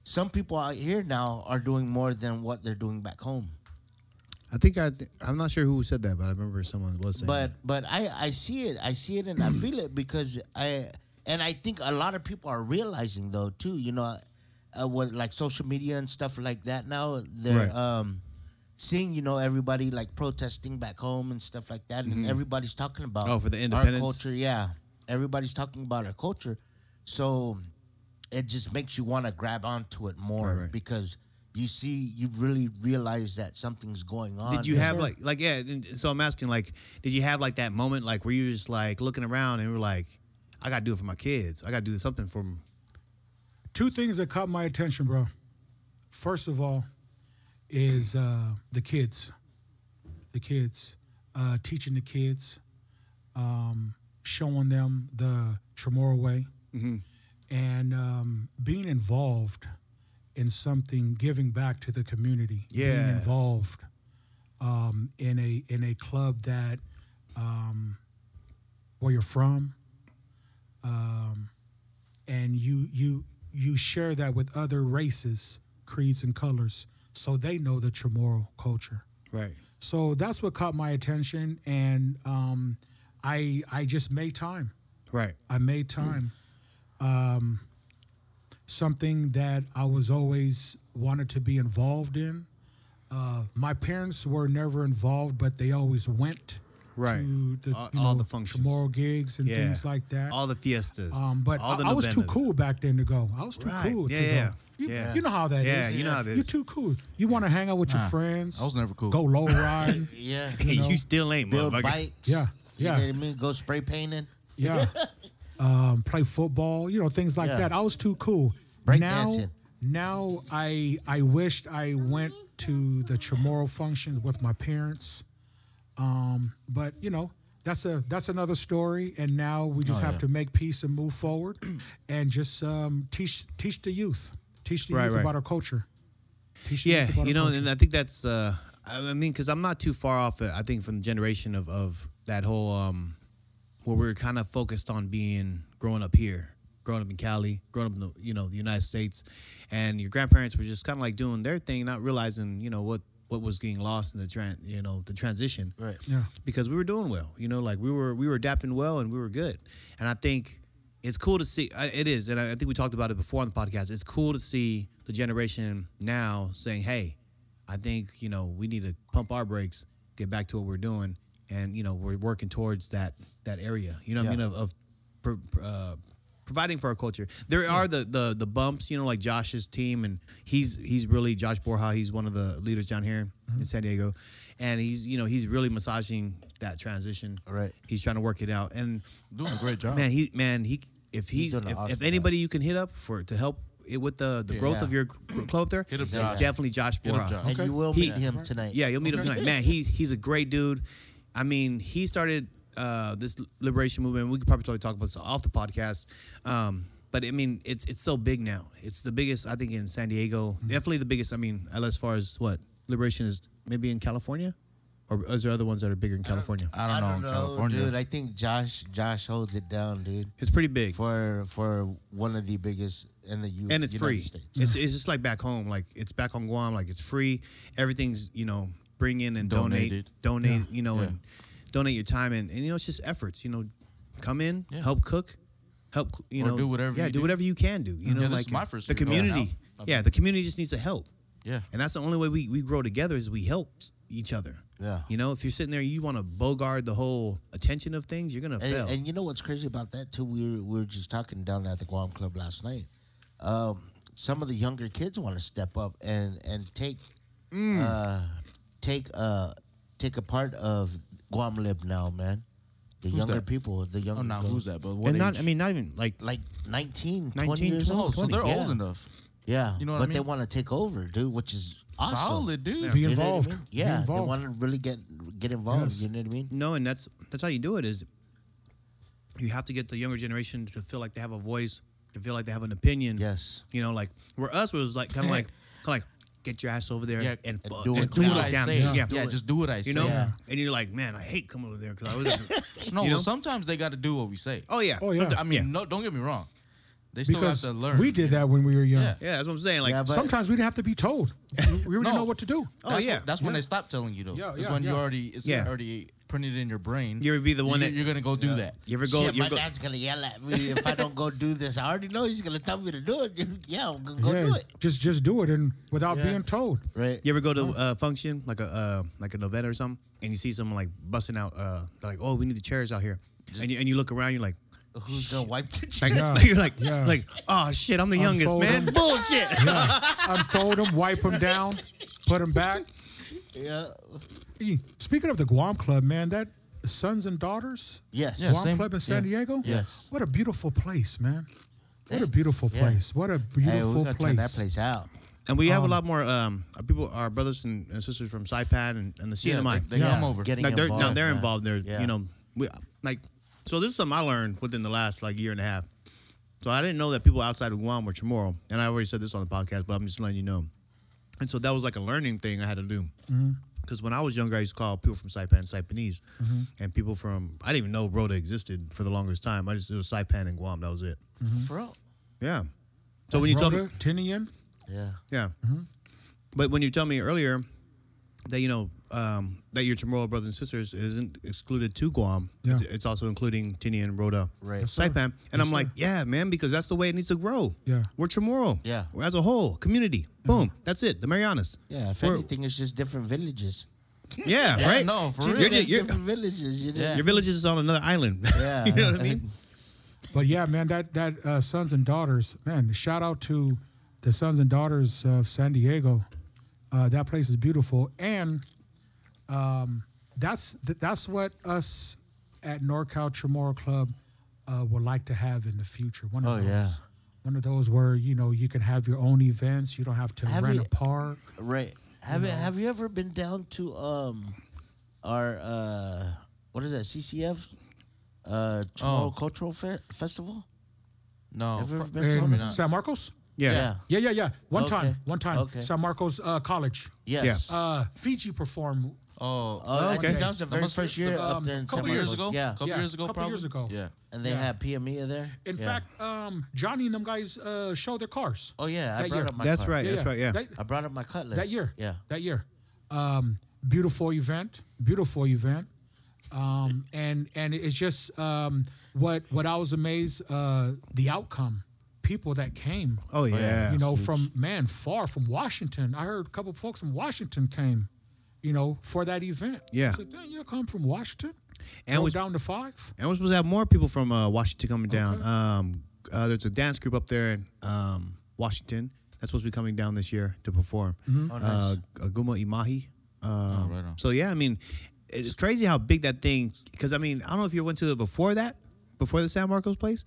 Speaker 1: some people out here now are doing more than what they're doing back home.
Speaker 2: I think I, I'm not sure who said that, but I remember someone was saying.
Speaker 1: But but I I see it, I see it, and I feel it because I and I think a lot of people are realizing though too. You know, uh, with like social media and stuff like that now, they're
Speaker 2: Right.
Speaker 1: um, seeing you know everybody like protesting back home and stuff like that, and everybody's talking about
Speaker 2: Mm-hmm. Oh, for the
Speaker 1: our
Speaker 2: independence?
Speaker 1: culture. Yeah, everybody's talking about our culture, so it just makes you want to grab onto it more
Speaker 2: Right, right.
Speaker 1: because. You see, you really realize that something's going on.
Speaker 2: Did you
Speaker 1: It's-
Speaker 2: have like like yeah? and So I'm asking like, did you have like that moment like where you just like looking around and you were like, I gotta do it for my kids. I gotta do something for 'em."
Speaker 4: Two things that caught my attention, bro. First of all, is uh, the kids, the kids, uh, teaching the kids, um, showing them the Tremora way, and um, being involved in something, giving back to the community.
Speaker 2: Yeah.
Speaker 4: being involved um, in a in a club that um, where you're from. and you you you share that with other races, creeds, and colors, so they know the Chamorro culture.
Speaker 2: Right.
Speaker 4: So that's what caught my attention, and um, I I just made time.
Speaker 2: Right.
Speaker 4: I made time. Um, something that I was always wanted to be involved in. Uh, my parents were never involved, but they always went
Speaker 2: Right.
Speaker 4: to the,
Speaker 2: All-
Speaker 4: you
Speaker 2: all
Speaker 4: know,
Speaker 2: the functions.
Speaker 4: tomorrow gigs and things like that.
Speaker 2: All the fiestas.
Speaker 4: Um, but
Speaker 2: all the
Speaker 4: I, I was too
Speaker 2: novenas.
Speaker 4: cool back then to go. I was too
Speaker 2: Right.
Speaker 4: cool
Speaker 2: Yeah,
Speaker 4: to
Speaker 2: yeah.
Speaker 4: go. You,
Speaker 2: Yeah.
Speaker 4: you know how that is.
Speaker 2: Yeah, you know how that
Speaker 4: You're
Speaker 2: is.
Speaker 4: too cool. You want to hang out with your friends.
Speaker 3: I was never cool.
Speaker 4: Go low ride.
Speaker 1: Yeah.
Speaker 2: You,
Speaker 4: know.
Speaker 2: still ain't,
Speaker 1: Build
Speaker 2: motherfucker.
Speaker 1: bikes.
Speaker 4: Yeah, yeah.
Speaker 1: You know what I mean? Go spray painting.
Speaker 4: yeah. Um, play football. You know things like
Speaker 1: Yeah.
Speaker 4: that. I was too cool.
Speaker 1: Break
Speaker 4: now,
Speaker 1: dancing.
Speaker 4: now I I wished I went to the Chamorro functions with my parents. Um, but you know. That's a that's another story, and now we
Speaker 3: Oh,
Speaker 4: just have to make peace and move forward, and just um, teach teach the youth, teach the
Speaker 2: Right,
Speaker 4: youth
Speaker 2: right.
Speaker 4: about our culture. Teach the
Speaker 2: Yeah,
Speaker 4: youth about
Speaker 2: you
Speaker 4: our
Speaker 2: know,
Speaker 4: culture.
Speaker 2: and I think that's. Uh, I I mean, because I'm not too far off. uh, I think from the generation of of that whole um, where we are kind of focused on being growing up here, growing up in Cali, growing up in the you know the United States, and your grandparents were just kind of like doing their thing, not realizing you know what what was getting lost in the tran- you know the transition.
Speaker 1: Right.
Speaker 4: Yeah.
Speaker 2: because we were doing well. You know, like we were we were adapting well and we were good. And I think it's cool to see. I- It is, and I I think we talked about it before on the podcast. It's cool to see the generation now saying, "Hey, I think you know we need to pump our brakes, get back to what we're doing, and you know we're working towards that that area. You know what I
Speaker 1: Yeah.
Speaker 2: mean of, of pro- uh, providing for our culture. There are the, the the bumps, you know, like Josh's team, and he's he's really Josh Borja. He's one of the leaders down here in San Diego, and he's you know he's really massaging that transition.
Speaker 1: Right.
Speaker 2: He's trying to work it out, and
Speaker 3: Doing a great job.
Speaker 2: man, he man he if he's,
Speaker 1: doing an
Speaker 2: if,
Speaker 1: awesome
Speaker 2: if anybody you can hit up for to help it with the the growth
Speaker 1: Yeah.
Speaker 2: of your gr- club there,
Speaker 3: Hit up
Speaker 2: it's
Speaker 3: Josh.
Speaker 2: definitely Josh
Speaker 3: Hit
Speaker 2: Borja.
Speaker 3: up Josh.
Speaker 1: And you will
Speaker 2: He-
Speaker 1: meet him tonight.
Speaker 2: Yeah, you'll meet him tonight. Man, he's he's a great dude. I mean, he started uh, this liberation movement. We could probably totally talk about this off the podcast. Um, but I mean, it's it's so big now. It's the biggest, I think, in San Diego.
Speaker 3: Mm-hmm.
Speaker 2: Definitely the biggest. I mean, as far as what liberation is, maybe in California, or is there other ones that are bigger in California?
Speaker 3: I don't, know, in California.
Speaker 1: dude. I think Josh Josh holds it down, dude.
Speaker 2: It's pretty big,
Speaker 1: For for one of the biggest in the U.
Speaker 2: and it's
Speaker 1: United
Speaker 2: free.
Speaker 1: States.
Speaker 2: It's it's just like back home. Like it's back on Guam. Like it's free. Everything's you know bring in and
Speaker 3: Donated.
Speaker 2: donate, donate. You know
Speaker 3: Yeah.
Speaker 2: and donate your time and, and you know it's just efforts. You know, come in,
Speaker 3: Yeah.
Speaker 2: help cook, help you
Speaker 3: Or
Speaker 2: know
Speaker 3: do whatever
Speaker 2: Yeah,
Speaker 3: you
Speaker 2: do
Speaker 3: do.
Speaker 2: whatever you can do. You know,
Speaker 3: Yeah, this
Speaker 2: like
Speaker 3: is my first
Speaker 2: the
Speaker 3: year going
Speaker 2: community.
Speaker 3: out.
Speaker 2: Yeah, the community just needs to help.
Speaker 3: yeah.
Speaker 2: And that's the only way we, we grow together is we help each other.
Speaker 1: Yeah.
Speaker 2: You know, if you're sitting there and you want to bogard the whole attention of things, you're gonna
Speaker 1: And,
Speaker 2: fail.
Speaker 1: and you know what's crazy about that too? We were, we were just talking down at the Guam Club last night. Um, some of the younger kids want to step up and and take
Speaker 4: Mm.
Speaker 1: uh, take uh, take a part of Guam Lib now, man. The younger
Speaker 3: that?
Speaker 1: people, the younger.
Speaker 3: Oh, now
Speaker 1: folks.
Speaker 3: who's that? But what
Speaker 2: and not
Speaker 3: age?
Speaker 2: I mean not even like
Speaker 1: Like 19, 20
Speaker 2: 19,
Speaker 1: years
Speaker 3: oh,
Speaker 1: old.
Speaker 3: so they're
Speaker 1: yeah.
Speaker 3: old enough.
Speaker 1: Yeah,
Speaker 3: You know what
Speaker 1: but
Speaker 3: I
Speaker 1: they
Speaker 3: mean?
Speaker 1: want to take over, dude, which is awesome.
Speaker 3: Solid, dude.
Speaker 4: be
Speaker 1: You know what I
Speaker 4: involved.
Speaker 1: mean?
Speaker 4: Be
Speaker 1: Yeah, they
Speaker 4: involved.
Speaker 1: want to really get get involved.
Speaker 4: Yes.
Speaker 1: You know what I mean?
Speaker 2: No, and that's that's how you do it. Is you have to get the younger generation to feel like they have a voice, to feel like they have an opinion.
Speaker 1: Yes.
Speaker 2: You know, like where us was like kind of like kind of like get your ass over there
Speaker 3: Yeah,
Speaker 2: and, fuck,
Speaker 1: do
Speaker 2: just
Speaker 1: it.
Speaker 2: do
Speaker 1: Do
Speaker 2: what
Speaker 1: what
Speaker 2: I
Speaker 3: I
Speaker 2: down.
Speaker 3: say.
Speaker 2: Yeah,
Speaker 3: Yeah, just do what I
Speaker 2: you
Speaker 3: say.
Speaker 2: know,
Speaker 1: Yeah.
Speaker 2: and you're like, man, I hate coming over there because I was.
Speaker 3: No,
Speaker 2: You know?
Speaker 3: well, sometimes they got to do what we say.
Speaker 2: oh yeah.
Speaker 4: Oh, yeah.
Speaker 3: I mean,
Speaker 2: Yeah.
Speaker 3: no, don't get me wrong. They still
Speaker 4: because
Speaker 3: have to learn.
Speaker 4: we did that when we were young.
Speaker 3: Yeah.
Speaker 2: Yeah, that's what I'm saying. Like,
Speaker 1: Yeah, but-
Speaker 4: Sometimes we didn't have to be told. We we already
Speaker 3: No.
Speaker 4: know what to do.
Speaker 2: oh
Speaker 3: That's
Speaker 2: yeah,
Speaker 3: when- that's when they stop telling you though.
Speaker 4: Yeah,
Speaker 3: that's
Speaker 4: yeah,
Speaker 3: when
Speaker 4: yeah.
Speaker 3: you already it's
Speaker 2: Yeah.
Speaker 3: already printed in your brain.
Speaker 2: You ever be the one
Speaker 3: You're-
Speaker 2: that-
Speaker 3: you're gonna go do that.
Speaker 2: you ever go?
Speaker 1: Shit,
Speaker 2: you
Speaker 1: my
Speaker 2: ever go
Speaker 1: dad's gonna yell at me if I don't go do this. I already know he's gonna tell me to do it. Yeah, I'm gonna go
Speaker 4: yeah,
Speaker 1: do it.
Speaker 4: just just do it, and without
Speaker 1: Yeah.
Speaker 4: being told.
Speaker 1: Right.
Speaker 2: You ever go to a function like a uh, like a novena or something, and you see someone like busting out, uh, they're like, oh, we need the chairs out here, and you, and you look around, you're like,
Speaker 1: Who's gonna wipe the
Speaker 2: like,
Speaker 1: chair?
Speaker 4: Yeah.
Speaker 2: you're like,
Speaker 4: Yeah.
Speaker 2: like, oh shit, I'm the youngest
Speaker 4: Unfold
Speaker 2: man,
Speaker 4: them.
Speaker 2: bullshit.
Speaker 4: Unfold them, wipe them down, put them back.
Speaker 1: Yeah.
Speaker 4: E, Speaking of the Guam Club, man, that Sons and Daughters
Speaker 1: Yes.
Speaker 3: Yeah,
Speaker 4: Guam
Speaker 3: same-
Speaker 4: Club in San
Speaker 3: yeah.
Speaker 4: Diego.
Speaker 1: Yes.
Speaker 4: What a beautiful place, man. What a beautiful
Speaker 1: Yeah.
Speaker 4: place. What a
Speaker 1: Hey, we're
Speaker 4: beautiful
Speaker 1: gonna turn that
Speaker 4: place.
Speaker 1: place out.
Speaker 2: And we have a lot more um, our people, our brothers and, and sisters from SIPAD and, and the
Speaker 3: Yeah,
Speaker 2: CNMI.
Speaker 3: they, they
Speaker 4: Yeah.
Speaker 3: come over.
Speaker 1: Getting
Speaker 2: like they're now
Speaker 1: involved,
Speaker 2: they're
Speaker 1: man.
Speaker 2: involved. They're
Speaker 1: Yeah.
Speaker 2: you know we like so this is something I learned within the last like year and a half. So I didn't know that people outside of Guam were Chamorro, and I already said this on the podcast, but I'm just letting you know. And so that was like a learning thing I had to do. Because when I was younger, I used to call people from Saipan Saipanese, and people from I didn't even know Rhoda existed for the longest time. I just it was Saipan and Guam. That was it.
Speaker 1: For real.
Speaker 2: Yeah. So when you told me
Speaker 4: Rhoda, Tinian,
Speaker 1: Yeah.
Speaker 2: yeah. But when you tell me earlier that you know um, that your Chamorro brothers and sisters isn't excluded to Guam.
Speaker 4: Yeah.
Speaker 2: It's, it's also including Tini and Rhoda.
Speaker 1: Right.
Speaker 4: Yes, sir.
Speaker 2: Saipan. And I'm like, yeah, man, because that's the way it needs to grow.
Speaker 4: Yeah.
Speaker 2: We're Chamorro.
Speaker 1: Yeah.
Speaker 2: We're as a whole community. Boom. That's it. The Marianas.
Speaker 1: Yeah, if
Speaker 2: We're-
Speaker 1: anything, it's just different villages.
Speaker 2: Yeah.
Speaker 3: Yeah,
Speaker 2: right.
Speaker 3: no, for
Speaker 2: You're
Speaker 3: real.
Speaker 2: ju-
Speaker 1: It's
Speaker 2: you're-
Speaker 1: different villages. You know?
Speaker 3: Yeah.
Speaker 2: your village is on another island.
Speaker 1: Yeah.
Speaker 2: you know what I mean?
Speaker 4: But yeah, man, that that uh, sons and daughters, man. Shout out to the sons and daughters of San Diego. Uh, that place is beautiful, and um, that's th- that's what us at NorCal Chamorro Club uh, would like to have in the future. One of
Speaker 1: Oh,
Speaker 4: those,
Speaker 1: yeah.
Speaker 4: one of those where you know you can have your own events. You don't have to
Speaker 1: Have
Speaker 4: rent
Speaker 1: you-
Speaker 4: a park.
Speaker 1: Right. Have you, have you ever been down to um our uh what is that CCF uh Chamorro
Speaker 3: Oh.
Speaker 1: Cultural Fe- Festival?
Speaker 4: Oh,
Speaker 3: No,
Speaker 1: Have you ever
Speaker 3: pro-
Speaker 1: been to one?
Speaker 4: In
Speaker 1: of those?
Speaker 4: San Marcos.
Speaker 2: Yeah.
Speaker 1: Yeah.
Speaker 4: Yeah, yeah, yeah. One time,
Speaker 1: uh, Okay.
Speaker 4: one time.
Speaker 1: Okay.
Speaker 4: San Marcos uh, College.
Speaker 1: Yes.
Speaker 4: Uh, Fiji performed
Speaker 3: oh,
Speaker 1: Oh, I
Speaker 4: okay.
Speaker 1: think that was the
Speaker 3: That
Speaker 1: very
Speaker 3: must be
Speaker 1: first
Speaker 3: the-
Speaker 1: year up
Speaker 4: um,
Speaker 1: there in
Speaker 4: couple
Speaker 1: San
Speaker 3: couple years
Speaker 1: Marcos.
Speaker 3: ago.
Speaker 1: Yeah.
Speaker 3: couple
Speaker 4: Yeah,
Speaker 3: years ago,
Speaker 4: couple
Speaker 3: probably.
Speaker 4: years ago.
Speaker 3: Yeah.
Speaker 1: And they
Speaker 4: Yeah.
Speaker 1: had Pia there.
Speaker 4: In
Speaker 1: Yeah.
Speaker 4: fact, um, Johnny and them guys uh, showed their cars.
Speaker 1: Oh yeah, I
Speaker 4: that
Speaker 1: brought
Speaker 4: year.
Speaker 1: up my
Speaker 2: That's
Speaker 1: car.
Speaker 2: right. That's right. Yeah.
Speaker 4: That,
Speaker 1: I brought up my cutlass.
Speaker 4: that year.
Speaker 1: Yeah.
Speaker 4: That year. Um, beautiful event. Beautiful event. Um, and and it's just um, what what I was amazed uh, the outcome. People that came.
Speaker 2: Oh, yeah.
Speaker 4: You know, from man far from Washington. I heard a couple folks from Washington came. You know, for that event.
Speaker 2: Yeah.
Speaker 4: I said, Dang, you come from Washington?
Speaker 2: And
Speaker 4: And
Speaker 2: was-
Speaker 4: down to five.
Speaker 2: And we're supposed to have more people from uh, Washington coming down. Um, uh, there's a dance group up there in um, Washington that's supposed to be coming down this year to perform. Uh, Aguma Imahi. Um,
Speaker 3: right on.
Speaker 2: So yeah, I mean, it's crazy how big that thing. Because I mean, I don't know if you went to it before that, before the San Marcos place.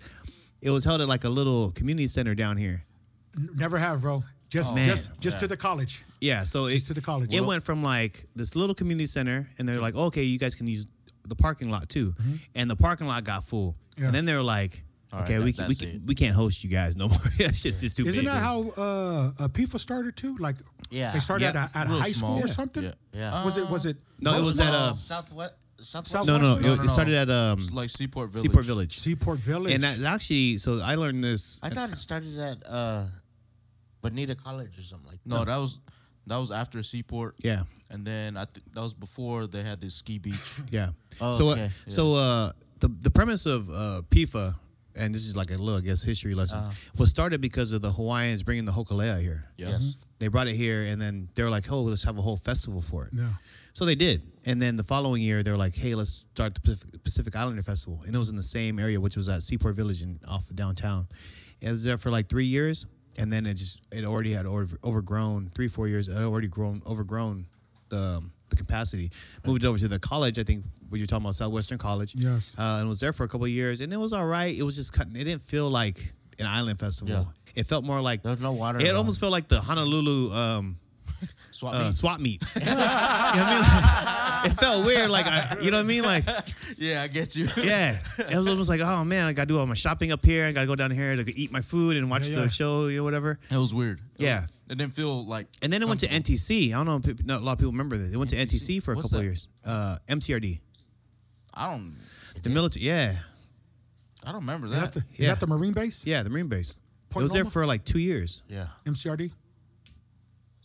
Speaker 2: It was held at like a little community center down here.
Speaker 4: N- Never have, bro. Just
Speaker 2: Oh, man.
Speaker 4: just just to the college.
Speaker 2: Yeah, so it,
Speaker 4: Just to the college.
Speaker 2: It
Speaker 4: Well-
Speaker 2: went from like this little community center, and they're like, okay, you guys can use the parking lot too, and the parking lot got full,
Speaker 4: Mm-hmm. Yeah.
Speaker 2: and then they were like,
Speaker 3: right,
Speaker 2: okay,
Speaker 3: that-
Speaker 2: we can, we,
Speaker 3: that's
Speaker 2: can,
Speaker 3: it.
Speaker 2: we can't host you guys no more. That's just, just too.
Speaker 4: Isn't
Speaker 2: big.
Speaker 4: that how uh, uh, PIFA started too? Like,
Speaker 1: Yeah.
Speaker 4: they started
Speaker 2: Yeah.
Speaker 4: at, a, at a
Speaker 3: Real
Speaker 4: high
Speaker 3: small.
Speaker 4: school or
Speaker 3: Yeah.
Speaker 4: something.
Speaker 3: Yeah.
Speaker 1: Yeah.
Speaker 4: Was it? Was it?
Speaker 2: No, it was at uh,
Speaker 1: Southwest Southwest.
Speaker 2: no, no,
Speaker 4: No,
Speaker 2: no,
Speaker 3: no,
Speaker 2: it-
Speaker 3: no,
Speaker 2: It started at um,
Speaker 3: It's like Seaport Village.
Speaker 2: Seaport Village,
Speaker 4: Seaport Village.
Speaker 2: and that's actually. So I learned this.
Speaker 1: I thought it started at uh Bonita College or something like that.
Speaker 3: No, that was that was after Seaport.
Speaker 2: Yeah.
Speaker 3: And then I think that was before they had this ski beach.
Speaker 2: Yeah.
Speaker 1: Oh,
Speaker 2: so, uh,
Speaker 1: okay.
Speaker 2: so uh, the the premise of uh, PIFA, and this is like a little, I guess, history lesson,
Speaker 3: Uh-huh.
Speaker 2: was started because of the Hawaiians bringing the hokulea here.
Speaker 3: Yeah.
Speaker 1: Yes.
Speaker 2: They brought it here, and then they were like, "Oh, let's have a whole festival for it."
Speaker 4: Yeah.
Speaker 2: So they did, and then the following year, they were like, "Hey, let's start the Pacific, Pacific Islander Festival," and it was in the same area, which was at Seaport Village in off of downtown. It was there for like three years, and then it just it already had over, overgrown three four years. It had already grown overgrown the um, the capacity. Moved it over to the college, I think. What you're talking about, Southwestern College.
Speaker 4: Yes.
Speaker 2: Uh, and was there for a couple of years, and it was all right. It was just cutting. It didn't feel like an island festival. It felt more like
Speaker 1: There was no water
Speaker 2: It
Speaker 1: around.
Speaker 2: almost felt like the Honolulu um,
Speaker 3: Swap
Speaker 2: uh,
Speaker 3: meet.
Speaker 2: swap meet. you know what I mean? Like, it felt weird. Like, I, you know what I mean? Like,
Speaker 3: Yeah, I get you.
Speaker 2: yeah. It was almost like, oh man, I got to do all my shopping up here. I got to go down here to eat my food and watch
Speaker 4: Yeah,
Speaker 2: the
Speaker 4: yeah.
Speaker 2: show, you know, whatever. Um,
Speaker 3: It was weird. It
Speaker 2: Yeah.
Speaker 3: was- it didn't feel like.
Speaker 2: And then it went to NTC. I don't know if peop- not a lot of people remember this. It went to NTC for a
Speaker 3: What's
Speaker 2: couple of
Speaker 3: that?
Speaker 2: years. Uh, MTRD.
Speaker 3: I don't.
Speaker 2: The military. Yeah.
Speaker 3: I don't remember
Speaker 4: Is that
Speaker 3: that.
Speaker 4: the, is
Speaker 2: Yeah.
Speaker 4: that the Marine Base?
Speaker 2: Yeah, the Marine Base.
Speaker 4: Point
Speaker 2: it was there
Speaker 4: Loma?
Speaker 2: for like two years.
Speaker 1: Yeah.
Speaker 4: MCRD.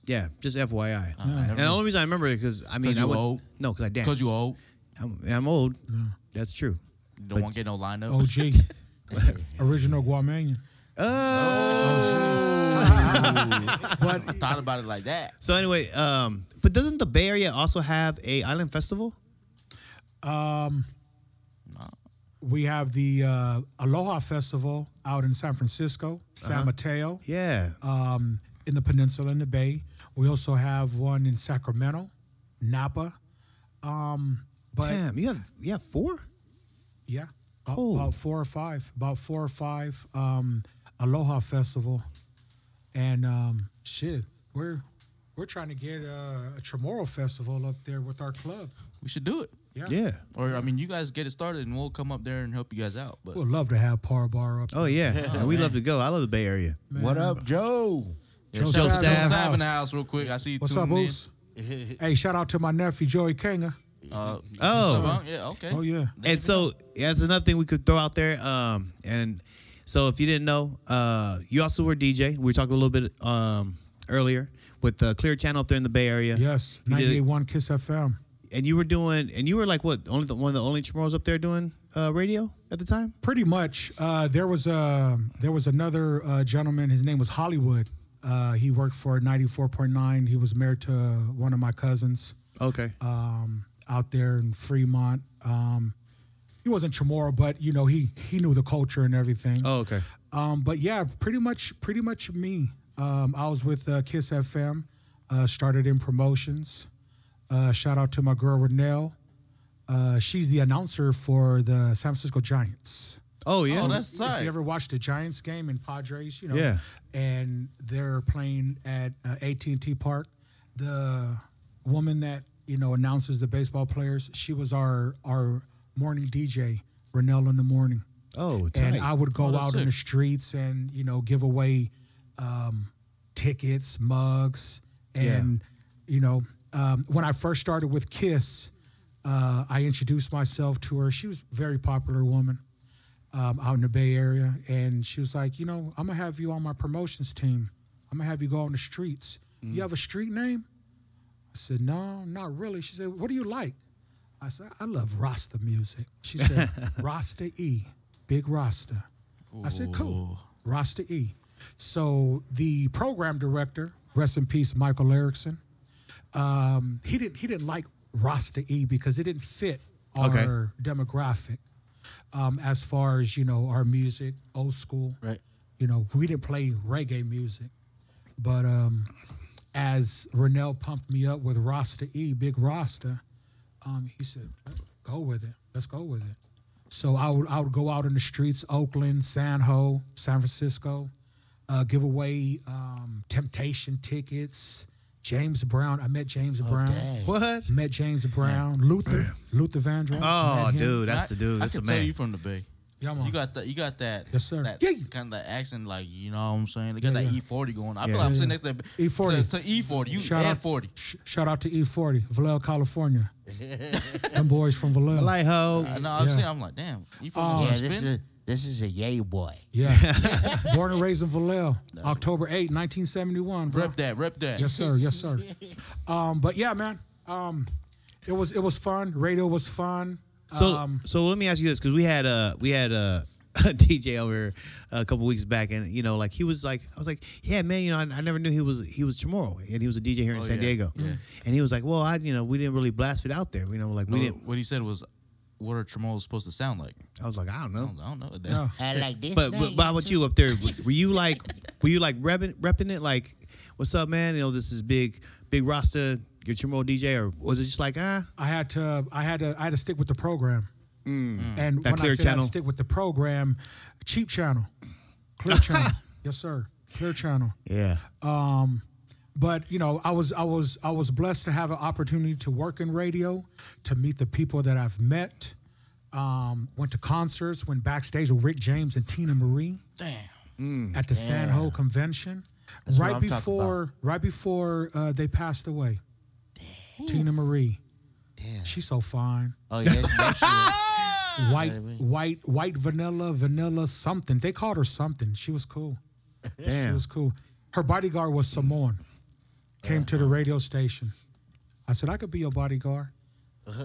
Speaker 2: Yeah, just FYI.
Speaker 3: never
Speaker 2: and the only reason I remember it because I mean
Speaker 3: 'Cause
Speaker 2: I
Speaker 3: you
Speaker 2: would,
Speaker 3: old?
Speaker 2: no because I danced.
Speaker 3: Because you old,
Speaker 2: I'm, I'm old. That's true.
Speaker 3: you don't want to get no lineup.
Speaker 4: OG. Original Guamanian.
Speaker 3: but thought about it like that.
Speaker 2: So anyway, um, but doesn't the Bay Area also have a island festival?
Speaker 4: We have the uh, Aloha Festival out in San
Speaker 2: Uh-huh.
Speaker 4: Francisco, San Mateo,
Speaker 2: Yeah.
Speaker 4: um, in the peninsula, in the bay. We also have one in Sacramento, Napa. Um, but
Speaker 2: Damn, you have you have four?
Speaker 4: Yeah. About,
Speaker 2: Cool.
Speaker 4: about four or five. About four or five. Um, Aloha Festival. And um, shit, we're we're trying to get a, a Chamorro Festival up there with our club.
Speaker 3: We should do it.
Speaker 4: Yeah.
Speaker 3: Or I mean, you guys get it started, and we'll come up there and help you guys out. But
Speaker 4: We'd love to have Par Bar up.
Speaker 2: Oh yeah. And we love to go. I love the Bay Area.
Speaker 1: What up, Joe?
Speaker 3: yeah,
Speaker 4: Joe
Speaker 3: shout out
Speaker 4: Sav
Speaker 3: to
Speaker 4: in the
Speaker 3: Sav in the
Speaker 4: house.
Speaker 3: house real quick. I see you
Speaker 4: What's up,
Speaker 3: tuning
Speaker 4: Boots? hey, shout out to my nephew Joey Kanga.
Speaker 3: in.
Speaker 2: Oh.
Speaker 3: Uh, what's up, huh? yeah, okay.
Speaker 4: Oh yeah.
Speaker 2: and so yeah, that's another thing we could throw out there. Um, and so if you didn't know, uh, you also were DJ. We talked a little bit um, earlier with uh, Clear Channel if they're in the Bay Area.
Speaker 4: Yes,
Speaker 2: You did it.
Speaker 4: 98.1 Kiss FM.
Speaker 2: And you were doing, and you were like what? Only the, one of the only chamos up there doing uh, radio at the time.
Speaker 4: Pretty much, uh, there was a there was another uh, gentleman. His name was Hollywood. Uh, he worked for 94.9. He was married to one of my cousins.
Speaker 2: Okay.
Speaker 4: um, out there in Fremont. Um, he wasn't Chamorro, but you know he he knew the culture and everything.
Speaker 2: oh, okay.
Speaker 4: Um, but yeah, pretty much pretty much me. Um, I was with uh, Kiss FM, uh, started in promotions. Uh, shout out to my girl Renelle. Uh, she's the announcer for the San Francisco Giants.
Speaker 2: Oh yeah.
Speaker 3: Oh, that's
Speaker 4: If
Speaker 3: tight.
Speaker 4: you ever watched the Giants game in Padres, you know,
Speaker 2: Yeah.
Speaker 4: and they're playing at uh, AT&T Park, the woman that you know announces the baseball players, she was our our morning DJ, Renelle in the morning,
Speaker 2: oh, tight.
Speaker 4: and I would go
Speaker 3: Oh, that's
Speaker 4: out in
Speaker 3: sick.
Speaker 4: the streets and you know give away um, tickets, mugs, and you know um, when I first started with Kiss. Uh, I introduced myself to her. She was a very popular woman um, out in the Bay Area, and she was like, "You know, I'm gonna have you on my promotions team. I'm gonna have you go on the streets. You have a street name?" I said, "No, not really." She said, "What do you like?" I said, "I love Rasta music." She said, "Rasta E, Big Rasta." I said, "Cool, Rasta E." So the program director, rest in peace, Michael Erickson. Um, he didn't he didn't like Rasta E because it didn't fit our
Speaker 2: Okay.
Speaker 4: demographic um, as far as you know our music, old school.
Speaker 1: Right.
Speaker 4: You know, we didn't play reggae music, but um, as Renell pumped me up with Rasta E, Big Rasta, um, he said, "Go with it. Let's go with it." So I would I would go out in the streets, Oakland, San Ho, San Francisco, uh, give away um, Temptation tickets. James Brown. I met James Brown.
Speaker 1: dang.
Speaker 2: what?
Speaker 4: Met James Brown. Luther. Luther Vandross.
Speaker 2: Oh,
Speaker 4: met him.
Speaker 2: dude, that's the dude.
Speaker 3: I
Speaker 2: That's
Speaker 3: can
Speaker 2: the
Speaker 3: tell you
Speaker 2: man.
Speaker 3: from the bay.
Speaker 4: Yeah, man.
Speaker 3: You got that. You got that.
Speaker 4: Yes, sir.
Speaker 3: That
Speaker 4: Yeah.
Speaker 3: kind of that accent, like you know what I'm saying. They got
Speaker 4: Yeah,
Speaker 3: that
Speaker 4: yeah.
Speaker 3: E40 going. I
Speaker 2: Yeah.
Speaker 3: feel like I'm
Speaker 4: Yeah,
Speaker 3: sitting
Speaker 4: yeah.
Speaker 3: next to to,
Speaker 4: E40.
Speaker 3: to E40. You E
Speaker 4: Shout
Speaker 3: add
Speaker 4: out-
Speaker 3: 40.
Speaker 4: Sh- shout out to E40, Vallejo, California. Them boys from Vallejo.
Speaker 2: Like ho.
Speaker 3: Uh, no, I'm
Speaker 4: Yeah. Um,
Speaker 3: saying I'm like, damn. E E40
Speaker 1: Yeah,
Speaker 3: gonna
Speaker 1: this
Speaker 3: spin?
Speaker 1: is this is a yay boy.
Speaker 4: yeah. Born and raised in Vallejo, October 8, 1971. bro.
Speaker 3: Rep that. Rep that.
Speaker 4: Yes, sir. Yes, sir. Um, but yeah, man. Um, it was it was fun. Radio was fun.
Speaker 2: So
Speaker 4: um,
Speaker 2: so let me ask you this because we had uh we had uh, a DJ over here a couple weeks back and you know like he was like I was like yeah man you know I, I never knew he was he was Chamorro and he was a DJ here in San
Speaker 3: yeah,
Speaker 2: Diego and he was like well I you know we didn't really blast it out there you know like
Speaker 3: No,
Speaker 2: we didn't
Speaker 3: what he said was, "What are tremolos supposed to sound like?"
Speaker 2: I was like I don't know
Speaker 3: I don't, I don't know.
Speaker 4: yeah.
Speaker 3: Eh,
Speaker 1: I like this.
Speaker 2: but
Speaker 1: now,
Speaker 2: but, but how about you up there W- were you like were you like repping repping it like what's up man you know this is big big Rasta your Chamorro DJ or was it just like ah
Speaker 4: I had to I had to I had to stick with the program. And
Speaker 2: Mm. That
Speaker 4: when I
Speaker 2: Clear
Speaker 4: said
Speaker 2: Channel.
Speaker 4: I stick with the program, cheap channel, clear channel, yes sir, clear channel.
Speaker 2: yeah
Speaker 4: but you know i was i was i was blessed to have an opportunity to work in radio to meet the people that i've met um, went to concerts went backstage with rick james and tina marie
Speaker 3: Damn.
Speaker 4: at the san ho convention
Speaker 1: Mm, what I'm
Speaker 4: right
Speaker 1: talking about.
Speaker 4: before right before uh, they passed away tina marie
Speaker 1: Damn.
Speaker 4: she's so fine
Speaker 1: Oh yeah, no shit.
Speaker 4: white
Speaker 1: what I mean?
Speaker 4: white white vanilla vanilla something they called her something she was cool She
Speaker 2: damn
Speaker 4: was cool. Her bodyguard was Samoan. Came to the radio station. I said, I could be your bodyguard.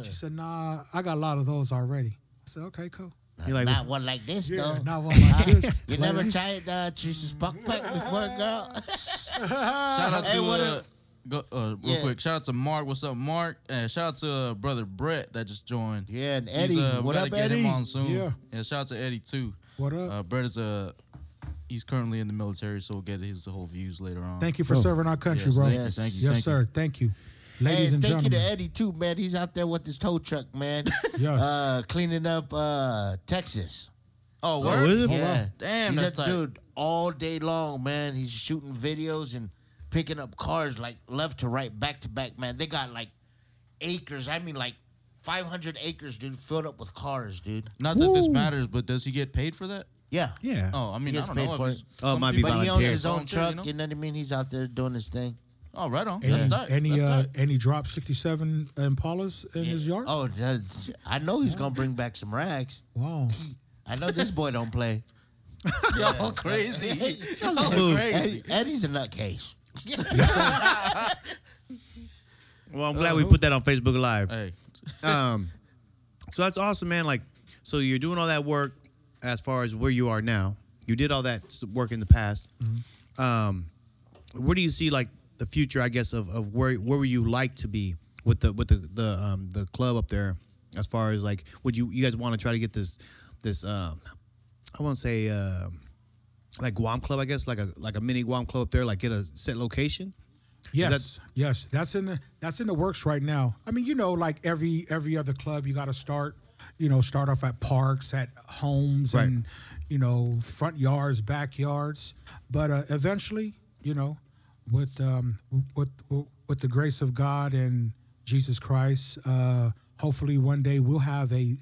Speaker 4: She said, Nah, I got a lot of those already. I said, Okay, cool.
Speaker 2: you like
Speaker 1: not one like this
Speaker 4: Yeah,
Speaker 1: though.
Speaker 4: not one like this.
Speaker 1: You
Speaker 4: player.
Speaker 1: never tried uh, Teresa's buck pack before, girl?
Speaker 3: Shout out to
Speaker 1: Hey, what
Speaker 3: uh, go, uh, real
Speaker 1: Yeah.
Speaker 3: quick. Shout out to Mark. What's up, Mark? And shout out to uh, brother Brett that just joined.
Speaker 1: Yeah, and
Speaker 3: He's,
Speaker 1: Eddie.
Speaker 3: uh, we
Speaker 1: what
Speaker 3: gotta
Speaker 1: up,
Speaker 3: get
Speaker 1: Eddie?
Speaker 3: him on soon.
Speaker 4: Yeah.
Speaker 3: Yeah. Shout out to Eddie too.
Speaker 4: What up?
Speaker 3: Uh, Brett is Uh, he's currently in the military, so we'll get his whole views later on.
Speaker 4: Thank you for
Speaker 2: Bro.
Speaker 4: serving our country,
Speaker 3: Yes,
Speaker 4: bro.
Speaker 3: thank you,
Speaker 4: yes,
Speaker 3: thank you,
Speaker 4: yes
Speaker 3: thank
Speaker 4: sir. Thank you.
Speaker 1: Hey,
Speaker 4: Ladies and
Speaker 1: thank
Speaker 4: gentlemen.
Speaker 1: you to Eddie too, man. He's out there with his tow truck, man.
Speaker 4: Yes.
Speaker 1: Uh, cleaning up uh, Texas.
Speaker 3: Oh,
Speaker 2: Oh,
Speaker 3: word?
Speaker 2: is it?
Speaker 1: yeah.
Speaker 3: Damn,
Speaker 1: He's
Speaker 3: that's
Speaker 1: that
Speaker 3: tight.
Speaker 1: dude all day long, man. He's shooting videos and picking up cars like left to right, back to back, man. They got like acres. I mean, like 500 acres, dude, filled up with cars, dude.
Speaker 3: Not that this matters, but does he get paid for that?
Speaker 1: Yeah.
Speaker 2: yeah
Speaker 3: Oh, I mean,
Speaker 1: He
Speaker 3: I
Speaker 1: gets
Speaker 3: don't
Speaker 1: paid
Speaker 3: know. If
Speaker 1: for
Speaker 3: it's-
Speaker 1: it.
Speaker 2: Oh,
Speaker 3: some
Speaker 2: might be
Speaker 3: people-
Speaker 1: But he owns
Speaker 2: Volunteer.
Speaker 1: his own
Speaker 3: Volunteer,
Speaker 1: truck,
Speaker 3: you
Speaker 1: you
Speaker 3: know?
Speaker 1: know? what I mean? He's out there doing his thing.
Speaker 3: Oh, right on.
Speaker 4: any
Speaker 3: That's tight.
Speaker 4: any
Speaker 3: That's
Speaker 4: uh,
Speaker 3: tight.
Speaker 4: any drop sixty seven Impalas in his yard?
Speaker 1: Oh, that's, I know he's going to bring back some rags.
Speaker 4: Wow.
Speaker 1: I know this boy don't play.
Speaker 3: Y'all crazy. Y'all
Speaker 2: Move.
Speaker 3: crazy.
Speaker 1: Ed- Eddie's a nutcase.
Speaker 2: Well, I'm glad we put that on Facebook Live.
Speaker 3: Hey,
Speaker 2: um, so that's awesome, man. Like, so you're doing all that work as far as where you are now. You did all that s- work in the past. Um, where do you see like the future? I guess of, of where where would you like to be with the with the the um, the club up there? As far as like, would you you guys want to try to get this this um, I won't say um like Guam club? I guess like a like a mini Guam club up there. Like get a set location.
Speaker 4: Yes, yes, that's in the that's in the works right now. I mean, you know, like every every other club, you got to start, you know, start off at parks, at homes,
Speaker 2: Right.
Speaker 4: and you know, front yards, backyards. But uh, eventually, you know, with um, with with the grace of God and Jesus Christ, uh, hopefully one day we'll have a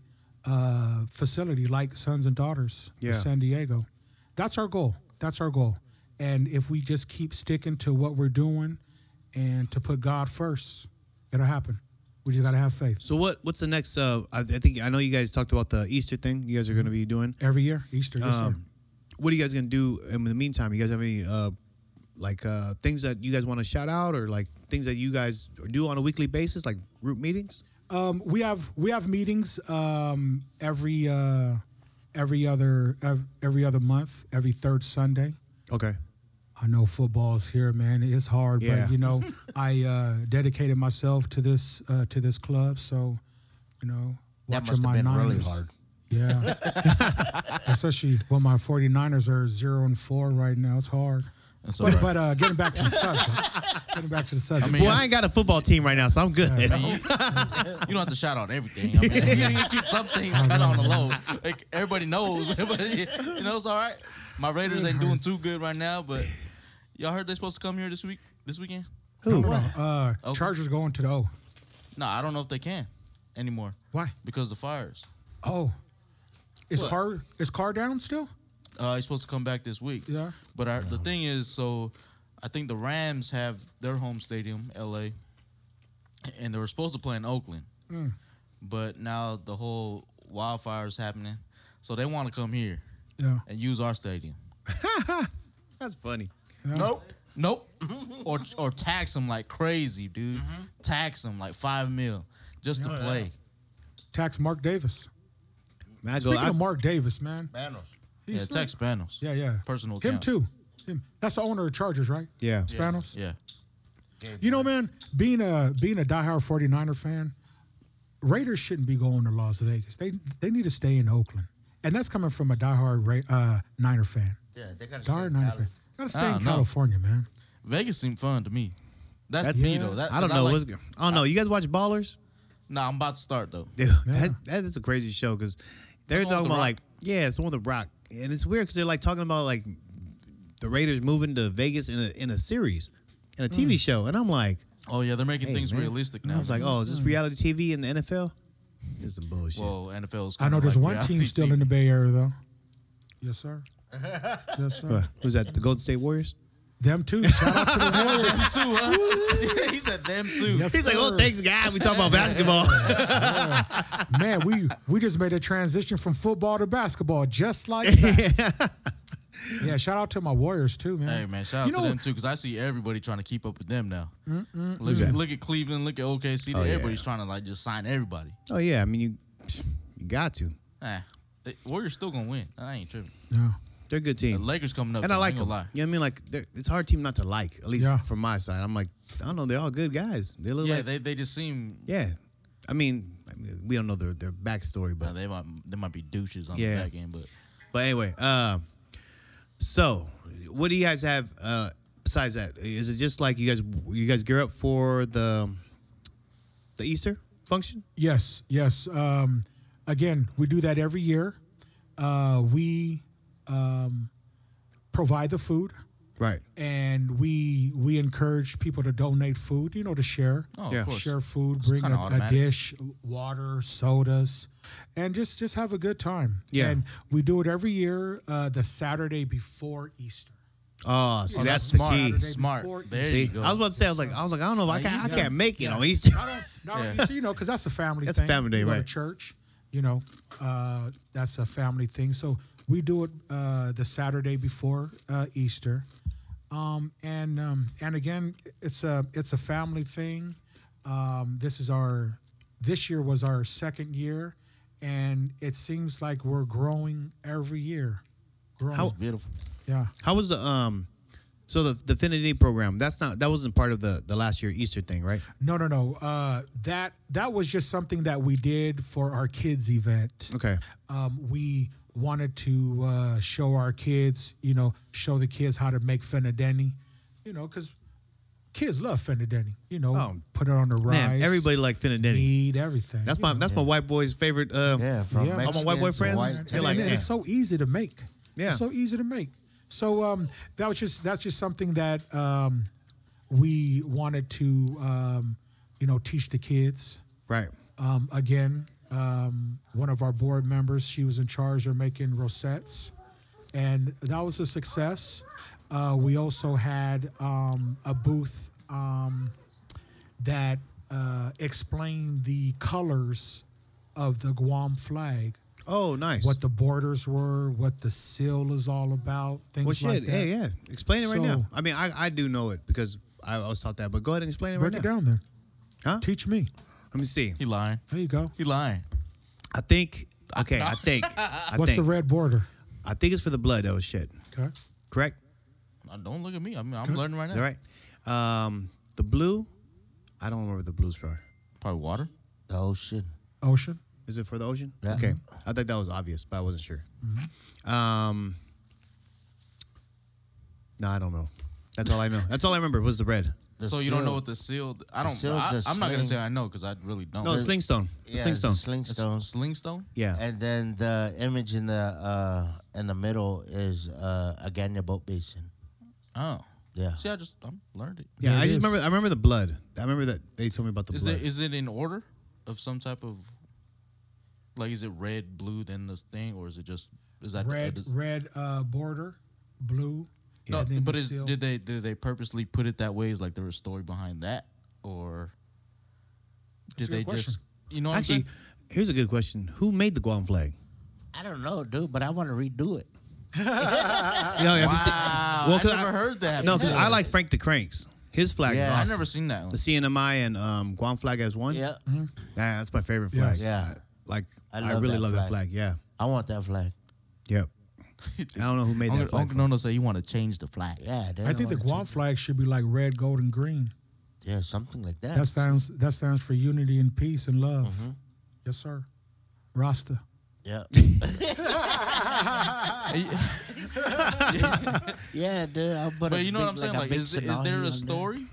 Speaker 4: uh, facility like Sons and Daughters
Speaker 2: Yeah.
Speaker 4: of San Diego. That's our goal. That's our goal. And if we just keep sticking to what we're doing and to put God first, it'll happen. We just got to have faith.
Speaker 2: So what what's the next? Uh, I, I think I know you guys talked about the Easter thing. You guys are going to be doing.
Speaker 4: Every year, Easter, this year.
Speaker 2: Um, what are you guys gonna do in the meantime? You guys have any uh, like uh, things that you guys want to shout out, or like things that you guys do on a weekly basis, like group meetings?
Speaker 4: Um, we have we have meetings um, every uh, every other ev- every other month, every third Sunday.
Speaker 2: Okay.
Speaker 4: I know football's here, man. It's hard,
Speaker 2: Yeah.
Speaker 4: but you know, I uh, dedicated myself to this uh, to this club, so you know,
Speaker 1: That
Speaker 4: watching
Speaker 1: must have
Speaker 4: my
Speaker 1: been really
Speaker 4: Niners.
Speaker 1: hard.
Speaker 4: Yeah. Especially when my 49ers are 0 and 4 right now. It's hard.
Speaker 3: that's all
Speaker 4: But,
Speaker 3: right.
Speaker 4: but uh, getting back to the subject. Getting back to the subject.
Speaker 3: mean,
Speaker 2: Well, I ain't got a football team right now, so I'm good.
Speaker 3: You don't have to shout out everything. I mean, you can keep some things kind of on the low. Like everybody knows, but you know it's all right. My Raiders ain't doing too good right now, but y'all heard they supposed to come here this week, this weekend.
Speaker 4: No, no, no. Uh,
Speaker 3: Okay.
Speaker 4: Chargers going to the O.
Speaker 3: No, I don't know if they can anymore
Speaker 4: Why?
Speaker 3: because of the fires.
Speaker 4: Oh. Is
Speaker 3: What?
Speaker 4: car is car down still?
Speaker 3: Uh, he's supposed to come back this week.
Speaker 4: Yeah.
Speaker 3: But our, the thing is, so I think the Rams have their home stadium, L.A., and they were supposed to play in Oakland,
Speaker 4: Mm.
Speaker 3: but now the whole wildfire is happening, so they want to come here
Speaker 4: Yeah.
Speaker 3: and use our stadium.
Speaker 2: That's funny.
Speaker 1: Nope.
Speaker 3: Nope. or or tax them like crazy, dude.
Speaker 4: Mm-hmm.
Speaker 3: Tax them like five mil just to play.
Speaker 4: Tax Mark Davis.
Speaker 2: Man, I go,
Speaker 4: Speaking
Speaker 2: I,
Speaker 4: of Mark Davis, man.
Speaker 1: Manos.
Speaker 3: Yeah,
Speaker 4: He's
Speaker 3: tax Spanos.
Speaker 4: Yeah, yeah.
Speaker 3: Personal
Speaker 4: Him
Speaker 3: account.
Speaker 4: too. Him. That's the owner of Chargers, right?
Speaker 2: yeah.
Speaker 4: Spanos.
Speaker 3: Yeah.
Speaker 4: You know, man, being a being a diehard 49er fan, Raiders shouldn't be going to Las Vegas. They they need to stay in Oakland, and that's coming from a diehard Ra- uh, Niner fan.
Speaker 1: Yeah, they got to
Speaker 4: Diehard Niner fan. Gotta stay
Speaker 3: Ah,
Speaker 4: in
Speaker 3: no.
Speaker 4: California, man.
Speaker 3: Vegas seemed fun to me. That's,
Speaker 2: That's-
Speaker 3: me
Speaker 4: yeah.
Speaker 3: though. That,
Speaker 2: I don't
Speaker 3: 'cause
Speaker 2: know.
Speaker 3: like-
Speaker 2: what's go- I don't know. You guys watch Ballers?
Speaker 3: nah, I'm about to start though.
Speaker 2: Dude, that, that is a crazy show because they're talking
Speaker 3: Someone with The
Speaker 2: about
Speaker 3: Rock.
Speaker 2: like yeah, it's with the Rock, and it's weird because they're like talking about like the Raiders moving to Vegas in a in a series, in a
Speaker 3: Mm.
Speaker 2: TV show, and I'm like,
Speaker 3: Oh yeah, they're making
Speaker 2: hey,
Speaker 3: things
Speaker 2: man.
Speaker 3: realistic now.
Speaker 2: I was like, oh, is this reality TV in the NFL? It's some bullshit.
Speaker 3: Mm. Well, NFL's.
Speaker 4: I know there's one team still in the Bay Area though. Yes, sir. yes, sir.
Speaker 2: Uh, who's that? The Golden State Warriors?
Speaker 4: Them too. Shout out to the Warriors.
Speaker 3: them too, huh? he said them too.
Speaker 4: Yes,
Speaker 2: He's like, oh,
Speaker 4: sir.
Speaker 2: thanks, God. We talk about basketball.
Speaker 4: Man, we we just made a transition from football to basketball, just like that. yeah, shout out to my Warriors too, man.
Speaker 3: Hey man, shout out
Speaker 4: You
Speaker 3: to
Speaker 4: know-
Speaker 3: them too, because I see everybody trying to keep up with them now. Look, at, look at Cleveland, look at OKC.
Speaker 2: yeah.
Speaker 3: everybody's trying to like just sign everybody.
Speaker 2: oh yeah, I mean you, you got to.
Speaker 3: Nah, they, Warriors still gonna win. I ain't tripping.
Speaker 4: Yeah.
Speaker 2: They're a good team,
Speaker 3: The Lakers coming up,
Speaker 2: and I
Speaker 3: though,
Speaker 2: like them. You
Speaker 3: ain't gonna
Speaker 2: know what I mean? Like they're- it's a hard team not to like, at least
Speaker 4: Yeah.
Speaker 2: from my side. I'm like, I don't know, they're all good guys. They look
Speaker 3: lie. Yeah,
Speaker 2: like,
Speaker 3: they, they just seem.
Speaker 2: yeah. I mean, I mean, we don't know their their backstory, but
Speaker 3: Nah, uh, they might they might be douches on
Speaker 2: Yeah.
Speaker 3: the back end, but
Speaker 2: But anyway, um, so what do you guys have uh, besides that? Is it just like you guys you guys gear up for the the Easter function?
Speaker 4: Yes, yes. Um, again, we do that every year. Uh, we um, provide the food,
Speaker 2: Right.
Speaker 4: and we we encourage people to donate food. You know, to share,
Speaker 3: oh,
Speaker 2: Yeah.
Speaker 3: of course.
Speaker 4: share food, bring
Speaker 3: kinda
Speaker 4: a, a
Speaker 3: automatic.
Speaker 4: dish, water, sodas, and just just have a good time.
Speaker 2: Yeah.
Speaker 4: and we do it every year, uh, the Saturday before Easter.
Speaker 2: Oh, see,
Speaker 3: Oh,
Speaker 2: that's,
Speaker 3: smart.
Speaker 2: the key.
Speaker 4: Saturday
Speaker 3: Smart.
Speaker 4: before
Speaker 3: There
Speaker 2: See,
Speaker 3: you go.
Speaker 2: I was about to say, I was like, I was like, I don't know, if I, can, I
Speaker 3: Easter.
Speaker 2: can't make it on Easter.
Speaker 4: Not on, not on
Speaker 3: Yeah.
Speaker 4: Easter, you know, because that's a family
Speaker 2: That's a
Speaker 4: thing.
Speaker 2: family day,
Speaker 4: you go to
Speaker 2: right.
Speaker 4: church, you know, uh, that's a family thing. So We do it uh, the Saturday before uh, Easter, um, and um, and again, it's a it's a family thing. Um, this is our this year was our second year, and it seems like we're growing every year. Growing,
Speaker 1: That was beautiful.
Speaker 4: yeah.
Speaker 2: How was the um? So the, the affinity program that's not that wasn't part of the the last year Easter thing, right?
Speaker 4: No, no, no. Uh, that that was just something that we did for our kids event.
Speaker 2: Okay.
Speaker 4: um, we wanted to uh, show our kids, you know, show the kids how to make fennedenny, you know, because kids love fennedenny, you know,
Speaker 2: Oh.
Speaker 4: put it on the rice.
Speaker 2: Man, everybody liked Finnedenny.
Speaker 4: need everything.
Speaker 2: That's
Speaker 4: you
Speaker 2: my
Speaker 4: know.
Speaker 2: that's my white boy's favorite. Uh,
Speaker 1: Yeah, from
Speaker 4: Yeah.
Speaker 1: yeah.
Speaker 4: All
Speaker 2: my white boyfriends,
Speaker 1: White,
Speaker 2: they're like,
Speaker 4: And
Speaker 2: yeah.
Speaker 4: it's so easy to make.
Speaker 2: Yeah.
Speaker 4: it's so easy to make. So um, that was just that's just something that um, we wanted to, um, you know, teach the kids.
Speaker 2: Right.
Speaker 4: Um, again, um, one of our board members, she was in charge of making rosettes, and that was a success. Uh, we also had um, a booth um, that uh, explained the colors of the Guam flag,
Speaker 2: Oh, nice.
Speaker 4: what the borders were, what the seal is all about, things
Speaker 2: well, shit.
Speaker 4: like that.
Speaker 2: Hey, yeah. Explain it right
Speaker 4: So-
Speaker 2: now. I mean, I, I do know it because I was taught that, but go ahead and explain it
Speaker 4: Break
Speaker 2: right
Speaker 4: it
Speaker 2: now.
Speaker 4: down there.
Speaker 2: Huh?
Speaker 4: Teach me.
Speaker 2: Let me see.
Speaker 3: He lying.
Speaker 4: There you go.
Speaker 3: He lying.
Speaker 2: I think. Okay, I think. I
Speaker 4: What's
Speaker 2: think.
Speaker 4: the red border?
Speaker 2: I think it's for the blood. That was shit.
Speaker 4: Okay.
Speaker 2: Correct.
Speaker 3: Uh, Don't look at me. I mean, I'm learning right
Speaker 2: Is
Speaker 3: now.
Speaker 2: that right? Um, the blue. I don't remember what the blues for.
Speaker 3: Probably water.
Speaker 1: Oh shit.
Speaker 4: Ocean.
Speaker 2: Is it for the ocean?
Speaker 1: Yeah.
Speaker 2: Okay.
Speaker 4: Mm-hmm.
Speaker 2: I thought that was obvious, but I wasn't sure. Um, no, I don't know. That's all I know. That's all I remember was the red.
Speaker 1: The
Speaker 3: so you don't know
Speaker 1: seal.
Speaker 3: what the seal? I don't.
Speaker 1: seal's
Speaker 3: I,
Speaker 1: a
Speaker 3: I'm not gonna say
Speaker 1: sling.
Speaker 3: I know because I really don't.
Speaker 2: No, the sling stone. The
Speaker 1: Yeah,
Speaker 2: sling stone.
Speaker 1: Sling
Speaker 3: It's
Speaker 1: stones.
Speaker 3: Sling stone.
Speaker 2: yeah.
Speaker 1: And then the image in the uh, in the middle is uh, a Ganya boat basin.
Speaker 3: Oh.
Speaker 1: Yeah.
Speaker 3: See, I just I'm learned it.
Speaker 2: yeah,
Speaker 4: There
Speaker 2: I
Speaker 4: it
Speaker 2: just
Speaker 4: is.
Speaker 2: remember. I remember the blood. I remember that they told me about the
Speaker 3: Is
Speaker 2: blood.
Speaker 3: it is it in order of some type of like is it red, blue, then the thing, or is it just is that
Speaker 4: red
Speaker 3: is-
Speaker 4: red uh, border, blue.
Speaker 3: no,
Speaker 4: and then
Speaker 3: but
Speaker 4: the
Speaker 3: is,
Speaker 4: seal.
Speaker 3: did they did they purposely put it that way? Is like there was a story behind that, or did
Speaker 4: That's a good
Speaker 3: they
Speaker 4: question.
Speaker 3: just you know what
Speaker 2: Actually, here's a good question. Who made the Guam flag?
Speaker 1: I don't know, dude, but I want to redo it.
Speaker 2: Yeah,
Speaker 3: I'm
Speaker 2: I've
Speaker 3: saying?
Speaker 2: seen-
Speaker 3: Ah, Wow,
Speaker 2: well,
Speaker 3: Ah, I
Speaker 2: 'cause
Speaker 3: never heard that.
Speaker 2: No, because I like Frank the Cranks. His flag.
Speaker 1: Yeah.
Speaker 2: is
Speaker 3: I
Speaker 2: awesome.
Speaker 3: never seen that one.
Speaker 2: The CNMI and um, Guam flag as one.
Speaker 1: Yeah,
Speaker 2: Nah, that's my favorite
Speaker 4: Yeah.
Speaker 2: flag.
Speaker 1: Yeah.
Speaker 2: Like
Speaker 1: I
Speaker 2: I,
Speaker 1: love
Speaker 2: really
Speaker 1: that
Speaker 2: love that flag.
Speaker 1: flag.
Speaker 2: Yeah.
Speaker 1: I want that flag.
Speaker 2: Yep. I don't know who made
Speaker 3: Uncle,
Speaker 2: that flag.
Speaker 3: Uncle Nono said you want to change the flag.
Speaker 1: Yeah, dude,
Speaker 4: I think the
Speaker 1: wanna
Speaker 4: Guam
Speaker 1: change-
Speaker 4: flag should be like red, gold, and green.
Speaker 1: Yeah, something like that.
Speaker 4: That stands that stands for unity and peace and love.
Speaker 3: Mm-hmm.
Speaker 4: Yes, sir. Rasta.
Speaker 1: yeah. yeah, dude. I'll put
Speaker 3: But
Speaker 1: a
Speaker 3: you know
Speaker 1: big-
Speaker 3: what I'm saying?
Speaker 1: a
Speaker 3: Like,
Speaker 1: big
Speaker 3: is, there- is
Speaker 1: tsunami
Speaker 3: there
Speaker 1: on
Speaker 3: a story?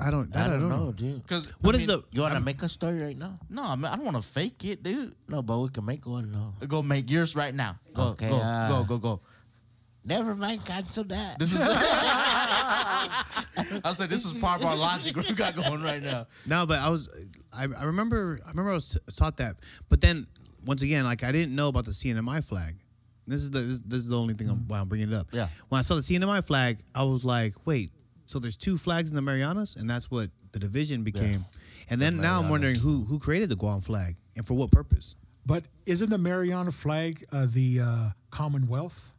Speaker 2: I don't.
Speaker 1: I,
Speaker 2: That,
Speaker 1: don't know, dude.
Speaker 3: Because
Speaker 2: What is the?
Speaker 1: You want to make a story right now?
Speaker 3: no? I, mean, I don't want to fake it, dude.
Speaker 1: No, but we can make one. No,
Speaker 3: Go make yours right now. Go,
Speaker 1: Okay,
Speaker 3: go,
Speaker 1: uh,
Speaker 3: go, go, go.
Speaker 1: never mind. Cancel that.
Speaker 3: This is. I said this is part of our logic we got going right now.
Speaker 2: No, but I was. I, I remember. I remember I was taught that. But then once again, like I didn't know about the CNMI flag. This is the this, this is the only thing I'm, why I'm bringing it up.
Speaker 1: Yeah.
Speaker 2: When I saw the CNMI flag, I was like, wait. So there's two flags in the Marianas, and that's what the division became. And then now I'm wondering who who created the Guam flag and for what purpose.
Speaker 4: But isn't the Mariana flag uh, the uh, Commonwealth?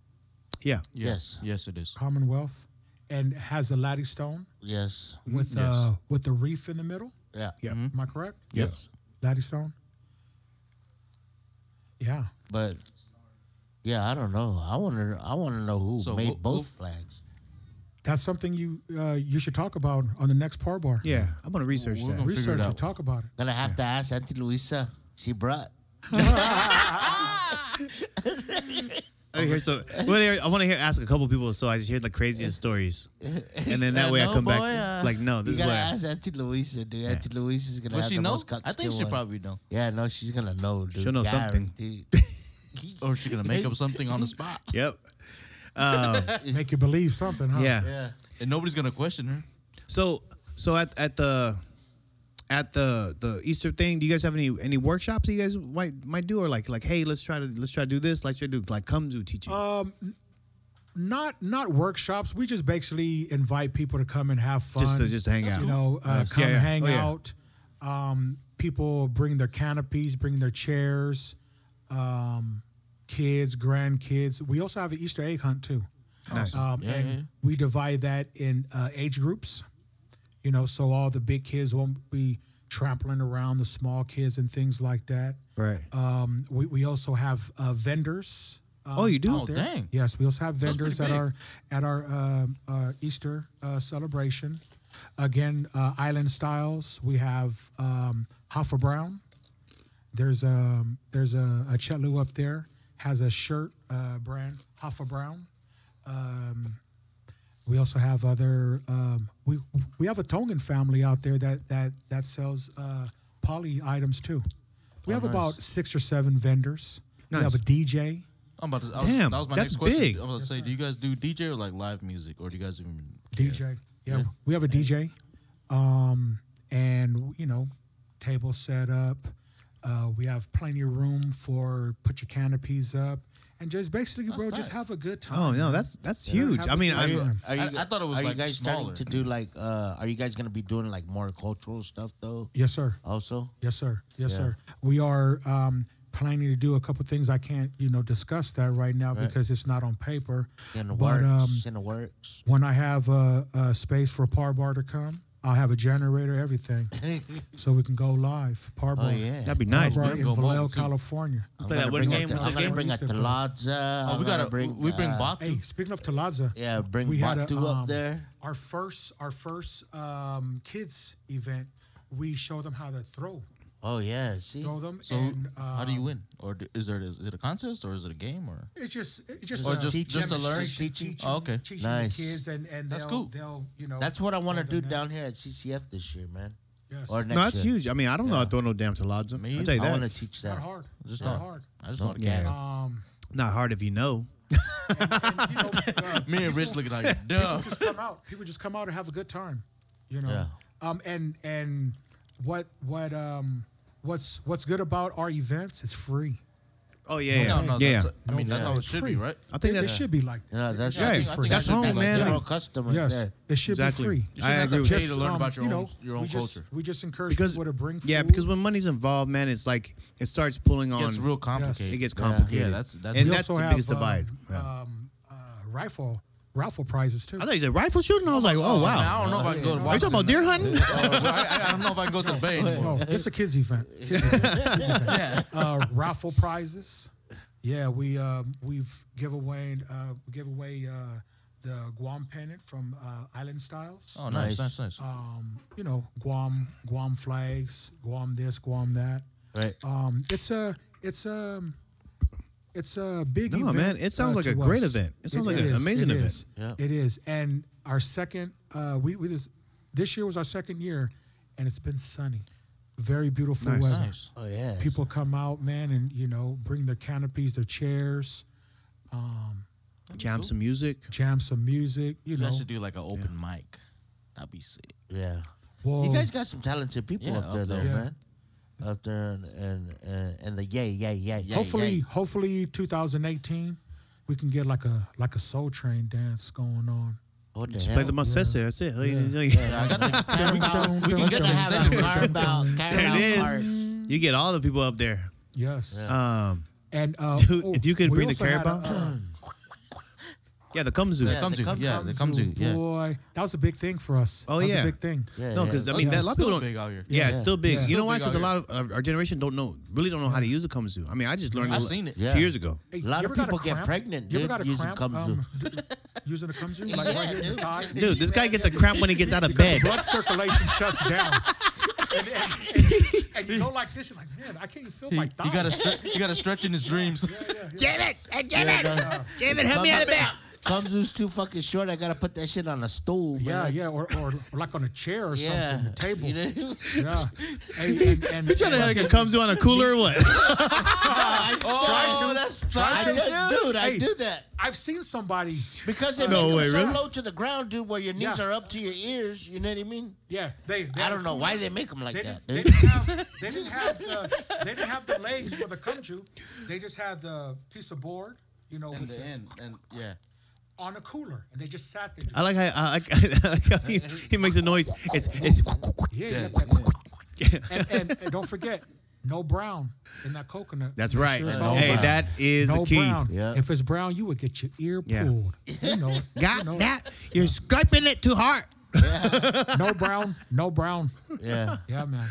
Speaker 2: Yeah.
Speaker 1: Yes.
Speaker 3: yes, it is.
Speaker 4: Commonwealth, and has the Laddie Stone
Speaker 1: Yes.
Speaker 3: Mm-hmm.
Speaker 4: with uh, with the reef in the middle.
Speaker 1: Yeah.
Speaker 2: Yeah.
Speaker 4: Am I correct?
Speaker 2: Yes.
Speaker 4: Laddie Stone. Yeah.
Speaker 1: But yeah, I don't know. I want to. I want to know who
Speaker 3: So
Speaker 1: made
Speaker 3: who- who-
Speaker 1: both flags.
Speaker 4: That's something you uh, you should talk about on the next par bar.
Speaker 2: Yeah. I'm gonna research
Speaker 3: We're
Speaker 2: that.
Speaker 3: gonna- figure it
Speaker 4: Research it.
Speaker 3: out.
Speaker 4: Talk about it.
Speaker 1: Gonna have to ask Auntie Luisa. She brought.
Speaker 2: I hear so. well, here- I want to hear ask a couple people, so I just hear the craziest stories, and then that way I
Speaker 3: No,
Speaker 2: come back
Speaker 3: boy, uh,
Speaker 2: like, no,
Speaker 1: You
Speaker 2: this is
Speaker 1: gotta
Speaker 2: what. I-
Speaker 1: ask Auntie Luisa, dude. Auntie Luisa's gonna
Speaker 3: Well,
Speaker 1: have
Speaker 3: she
Speaker 1: the
Speaker 3: knows.
Speaker 1: most cut
Speaker 3: I think
Speaker 1: skill
Speaker 3: she
Speaker 1: one.
Speaker 3: probably know,
Speaker 1: Yeah, no, she's gonna know, dude.
Speaker 2: She'll know something.
Speaker 1: Guaranteed.
Speaker 3: or she gonna make up something on the spot,
Speaker 2: Yep.
Speaker 4: Make you believe something, huh?
Speaker 2: Mm-hmm. Yeah.
Speaker 1: yeah.
Speaker 3: and nobody's gonna question her.
Speaker 2: So, so at at the at the the Easter thing, do you guys have any any workshops that you guys might might do, or like like, hey, let's try to let's try to do this, let's try to do like come do teaching.
Speaker 4: not not workshops. We just basically invite people to come and have fun.
Speaker 2: Just to- just to hang out.
Speaker 4: You know, uh,
Speaker 2: Nice.
Speaker 4: come
Speaker 2: Yeah, yeah.
Speaker 4: hang
Speaker 2: Oh, yeah.
Speaker 4: out. Um, people bring their canopies, bring their chairs. Um, kids, grandkids. We also have an Easter egg hunt too.
Speaker 2: Nice.
Speaker 4: Um, and we divide that in uh, age groups, you know, so all the big kids won't be trampling around the small kids and things like that.
Speaker 2: right.
Speaker 4: Um, we, we also have uh, vendors. Um,
Speaker 2: Oh, you do?
Speaker 4: out
Speaker 3: Oh,
Speaker 4: there.
Speaker 3: dang.
Speaker 4: Yes, we also have
Speaker 3: That's pretty
Speaker 4: vendors at
Speaker 3: big.
Speaker 4: our at our um uh, Easter uh, celebration. Again, uh, Island Styles. We have um, Hoffa Brown. There's a there's a, a Chetlu up there has a shirt uh, brand Hoffa Brown. Um, we also have other. Um, we we have a Tongan family out there that that that sells uh, poly items too. We
Speaker 3: Oh,
Speaker 4: have about six or seven vendors. We have a
Speaker 2: Nice.
Speaker 4: DJ.
Speaker 3: I'm about to. I was,
Speaker 2: Damn,
Speaker 3: that was my
Speaker 2: that's
Speaker 3: next question.
Speaker 2: big.
Speaker 3: I was about to say, do you guys do DJ or like live music, or do you guys even
Speaker 4: DJ. Yeah,
Speaker 3: Yeah.
Speaker 4: we have a DJ, um, and you know, table set up. Uh, we have plenty of room for put your canopies up, and just basically, bro,
Speaker 3: That's
Speaker 4: just
Speaker 3: nice.
Speaker 4: have a good time.
Speaker 2: Oh no, that's that's huge. I
Speaker 4: have
Speaker 2: mean,
Speaker 4: a
Speaker 1: Are
Speaker 2: I,
Speaker 1: you,
Speaker 4: Yeah.
Speaker 1: are you,
Speaker 3: I- I thought it was,
Speaker 1: are
Speaker 3: like,
Speaker 1: you guys
Speaker 3: smaller.
Speaker 1: starting to do like? Uh, are you guys gonna be doing like more cultural stuff though?
Speaker 4: Yes, sir.
Speaker 1: Also,
Speaker 4: Yes, sir. Yes,
Speaker 1: Uh, Yeah.
Speaker 4: sir. We are um, planning to do a couple things. I can't, you know, discuss that right now because it's not on paper.
Speaker 1: in the
Speaker 4: but
Speaker 1: works,
Speaker 4: um,
Speaker 1: in the works.
Speaker 4: when I have a, a space for Par Bar to come, I'll have a generator, everything, so we can go live. Par Bar.
Speaker 1: Oh yeah,
Speaker 2: that'd be
Speaker 4: Par
Speaker 2: nice,
Speaker 4: Bar
Speaker 2: man.
Speaker 4: in
Speaker 3: Go mobile,
Speaker 4: Vallejo,
Speaker 3: too.
Speaker 4: California.
Speaker 1: I'm
Speaker 2: Play
Speaker 1: gonna
Speaker 2: that one
Speaker 1: bring
Speaker 2: game,
Speaker 1: out the-
Speaker 2: what
Speaker 1: I'm
Speaker 2: was
Speaker 1: gonna
Speaker 2: that
Speaker 1: bring
Speaker 4: game?
Speaker 1: out the lots.
Speaker 3: Oh, we gotta. we
Speaker 1: uh,
Speaker 3: bring Batu.
Speaker 4: Hey, speaking of Taladza,
Speaker 1: Yeah, bring
Speaker 4: we had a,
Speaker 1: Batu
Speaker 4: um,
Speaker 1: up there.
Speaker 4: Our first, our first um, kids event, we show them how to throw,
Speaker 1: Oh yeah, see.
Speaker 4: throw them.
Speaker 3: So
Speaker 4: and,
Speaker 3: how do you
Speaker 4: um,
Speaker 3: win, or do, is there is it a contest, or is it a game, or
Speaker 4: It's just, it's just,
Speaker 3: Or
Speaker 4: a
Speaker 3: just- just to learn?
Speaker 4: demonstration,
Speaker 1: Teaching?
Speaker 4: teaching,
Speaker 3: Oh, okay.
Speaker 4: teaching
Speaker 1: Nice.
Speaker 4: the kids, and and
Speaker 3: That's
Speaker 4: they'll,
Speaker 3: cool.
Speaker 4: they'll, you know,
Speaker 1: That's what I want to do
Speaker 4: throw them
Speaker 1: down here at CCF this year, man.
Speaker 4: Yes.
Speaker 1: Or
Speaker 2: no,
Speaker 1: next
Speaker 2: that's
Speaker 1: year.
Speaker 2: huge. I mean, I don't know. I throw no damn talaza.
Speaker 3: Me
Speaker 2: I'll tell you
Speaker 1: I want
Speaker 2: that.
Speaker 1: to teach
Speaker 4: Not
Speaker 1: that.
Speaker 4: hard.
Speaker 3: just
Speaker 4: not
Speaker 3: not
Speaker 4: hard.
Speaker 3: I just want to
Speaker 2: Yeah.
Speaker 3: cast.
Speaker 4: Um,
Speaker 2: Not hard if you know.
Speaker 4: and, you know, uh,
Speaker 3: Me and Rich looking like dumb.
Speaker 4: just
Speaker 2: Oh.
Speaker 4: come out. People just come out and have a good time, you know.
Speaker 1: Yeah.
Speaker 4: Um, and and what what um what's what's good about our events? It's free.
Speaker 2: Oh yeah,
Speaker 3: No, no,
Speaker 2: yeah.
Speaker 3: that's- I mean, that's
Speaker 4: Yeah.
Speaker 3: how it
Speaker 4: It's
Speaker 3: should
Speaker 4: free.
Speaker 3: be, right?
Speaker 2: I think
Speaker 4: it, it
Speaker 2: that's
Speaker 4: should be like
Speaker 1: You know, that's
Speaker 4: Yeah,
Speaker 1: I
Speaker 4: I
Speaker 1: think-
Speaker 4: think-
Speaker 1: I think
Speaker 2: that's
Speaker 1: should be
Speaker 2: home,
Speaker 1: like
Speaker 2: man.
Speaker 1: general custom right
Speaker 4: yes,
Speaker 1: there.
Speaker 4: it should
Speaker 2: Exactly.
Speaker 4: be free. um,
Speaker 2: You should I have agree um, to with pay
Speaker 3: you. to learn about your
Speaker 4: you
Speaker 3: own-
Speaker 4: know,
Speaker 3: your own
Speaker 4: we just-
Speaker 3: culture.
Speaker 4: we just encourage
Speaker 2: because
Speaker 4: people to bring.
Speaker 2: yeah,
Speaker 4: food.
Speaker 2: because when money's involved, man, it's like it starts pulling on.
Speaker 3: It's real
Speaker 2: it
Speaker 3: complicated.
Speaker 2: gets complicated.
Speaker 3: Yeah, that's- that's-
Speaker 2: and
Speaker 4: We
Speaker 2: that's the
Speaker 4: also have,
Speaker 2: biggest
Speaker 4: um,
Speaker 2: divide. Yeah.
Speaker 4: um, uh, rifle rifle prizes too.
Speaker 2: I thought you said rifle shooting. I was like, oh
Speaker 3: Man, I
Speaker 2: wow.
Speaker 3: don't know if I can go to. Oh,
Speaker 2: Are you talking about deer hunting?
Speaker 3: I, I don't know if I can go to the bay anymore.
Speaker 4: No, it's a kids event. Kids event. Kids event. Uh, raffle prizes. Yeah, we um, we've give away uh, we give away uh, the Guam pennant from uh, Island Styles.
Speaker 3: Oh, nice,
Speaker 1: Nice.
Speaker 3: nice, nice.
Speaker 4: Um, you know Guam Guam flags, Guam this, Guam that.
Speaker 1: Right.
Speaker 4: Um, it's a it's a it's a big
Speaker 2: No,
Speaker 4: event. uh,
Speaker 2: man, it sounds like
Speaker 4: to
Speaker 2: a great event. It sounds like an amazing
Speaker 4: it
Speaker 2: event.
Speaker 4: is.
Speaker 1: Yeah.
Speaker 4: It is. And our second uh we, we just this year was our second year and it's been sunny. Very beautiful
Speaker 2: Nice.
Speaker 4: weather.
Speaker 3: Nice.
Speaker 1: Oh yeah.
Speaker 4: People come out, man, and you know, bring their canopies, their chairs,
Speaker 2: Jam some music.
Speaker 4: jam some music, you
Speaker 3: You
Speaker 4: know.
Speaker 3: guys should do like an open mic. That'd be sick.
Speaker 1: yeah.
Speaker 4: Well,
Speaker 2: Oh.
Speaker 1: You guys got some talented people
Speaker 3: Yeah,
Speaker 1: up there,
Speaker 3: up
Speaker 1: though,
Speaker 3: there.
Speaker 4: Yeah.
Speaker 1: man. Up there and and and, and the yay, yay, yay, yay.
Speaker 4: hopefully
Speaker 1: yay.
Speaker 4: hopefully 2018 we can get like a like a soul train dance going on.
Speaker 1: What the
Speaker 2: Just
Speaker 1: hell?
Speaker 2: play the Masese. That's it.
Speaker 1: Carabao- we can
Speaker 4: Dun,
Speaker 1: get to
Speaker 4: dun,
Speaker 1: have a Carabao, Carabao
Speaker 2: There it is.
Speaker 1: cart.
Speaker 2: You get all the people up there.
Speaker 4: Yes.
Speaker 2: Um,
Speaker 4: And uh,
Speaker 2: Dude,
Speaker 4: oh,
Speaker 2: if you could
Speaker 4: we
Speaker 2: bring the
Speaker 4: also had uh,
Speaker 2: Carabao. yeah, the Kumzu.
Speaker 3: They come
Speaker 1: they
Speaker 3: to you.
Speaker 1: come-
Speaker 3: Yeah, they come to you.
Speaker 4: Zoo,
Speaker 3: Yeah.
Speaker 4: oh, Boy, that was a big thing for us.
Speaker 2: Oh,
Speaker 4: that was
Speaker 2: yeah.
Speaker 4: a big thing.
Speaker 1: Yeah,
Speaker 2: No, because
Speaker 1: yeah.
Speaker 2: I mean, that, a lot of people
Speaker 3: Still
Speaker 2: don't.
Speaker 3: big out here.
Speaker 2: Yeah, it's
Speaker 1: yeah.
Speaker 2: still big.
Speaker 4: Yeah.
Speaker 2: You know
Speaker 3: Still
Speaker 2: why?
Speaker 3: big
Speaker 2: Because a lot
Speaker 3: out
Speaker 2: of our- our generation don't know, really don't know how to use a kumzu. I mean, I just learned.
Speaker 3: I've
Speaker 2: lo-
Speaker 3: seen it.
Speaker 2: two
Speaker 1: Yeah.
Speaker 2: years ago.
Speaker 4: Hey,
Speaker 1: A lot of
Speaker 4: you ever got
Speaker 1: people get
Speaker 4: cramp?
Speaker 1: pregnant,
Speaker 4: You ever
Speaker 1: dude,
Speaker 4: got a
Speaker 1: using
Speaker 4: cramp?
Speaker 1: Kumzu.
Speaker 4: um, d- using the kumzu, like right here in the thigh.
Speaker 2: Dude, this guy gets a cramp when he gets out of bed.
Speaker 4: Blood circulation shuts down. And, and- and you go like this, you're like, man, I can't even feel my thigh.
Speaker 3: You gotta, stre- you gotta stretch in his dreams.
Speaker 2: David, hey, David, David, help me out of bed.
Speaker 1: Kumzu's too fucking short. I gotta put that shit on a stove.
Speaker 4: yeah,
Speaker 1: man.
Speaker 4: yeah, or, or like on a chair or
Speaker 1: Yeah.
Speaker 4: something, the table.
Speaker 1: You know?
Speaker 4: Yeah. And, and, and,
Speaker 2: You trying to have a kumzu on a cooler or what?
Speaker 3: oh, that's
Speaker 1: I,
Speaker 3: tight.
Speaker 1: do- dude, I
Speaker 4: Hey.
Speaker 1: do that
Speaker 4: I've seen somebody.
Speaker 1: because it
Speaker 2: No
Speaker 1: makes
Speaker 2: way,
Speaker 1: them so
Speaker 2: really?
Speaker 1: low to the ground, dude, where your knees
Speaker 4: Yeah.
Speaker 1: are up to your ears. You know what I mean?
Speaker 4: Yeah, they. they
Speaker 1: I don't know why they make them like
Speaker 4: They
Speaker 1: that.
Speaker 4: didn't,
Speaker 1: Dude.
Speaker 4: they, didn't have, they didn't have the they didn't have the legs for the kumju. They just had the piece of board, you know,
Speaker 3: In
Speaker 4: with
Speaker 3: the
Speaker 4: the,
Speaker 3: end, and yeah.
Speaker 4: on a cooler, and they just sat there.
Speaker 2: I like how, I like, I like how he, he makes a noise. It's, it's
Speaker 4: Yeah, yeah, yeah, yeah. And, and, and don't forget, No brown in that coconut.
Speaker 2: That's
Speaker 4: Make
Speaker 2: right.
Speaker 4: sure it's
Speaker 3: And
Speaker 4: all
Speaker 2: hey,
Speaker 4: brown.
Speaker 2: that is
Speaker 4: no
Speaker 2: the key.
Speaker 4: brown.
Speaker 1: Yeah.
Speaker 4: If it's brown, you would get your ear
Speaker 2: Yeah.
Speaker 4: pulled. You know, it. you
Speaker 2: Got
Speaker 4: know it.
Speaker 2: that? You're scraping it too hard.
Speaker 4: No brown. No brown.
Speaker 1: Yeah.
Speaker 4: Yeah, man.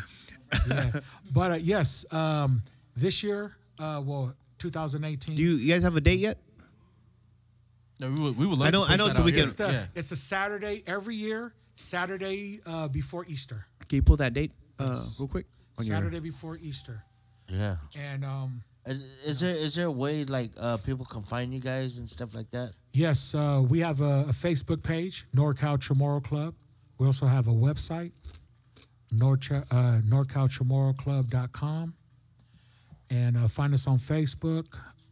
Speaker 4: Yeah. But uh, yes, um, this year, uh, well, 2018.
Speaker 2: Do you, you guys have a date yet?
Speaker 3: No, we would, we would love
Speaker 2: I know-
Speaker 3: to push
Speaker 2: I know,
Speaker 3: that
Speaker 2: so
Speaker 3: out
Speaker 2: we
Speaker 3: here.
Speaker 2: can-
Speaker 4: it's, the,
Speaker 3: yeah.
Speaker 4: it's a Saturday every year, Saturday uh, before Easter.
Speaker 2: Can you pull that date uh, real quick? On your-
Speaker 4: Saturday before Easter.
Speaker 1: Yeah.
Speaker 4: And um,
Speaker 1: And Uh, Is there is there a way like uh, people can find you guys and stuff like that?
Speaker 4: yes, uh, we have a, a Facebook page, NorCal Chamorro Club. We also have a website, norcha, uh, norcalchamorroclub.com. And uh, find us on Facebook.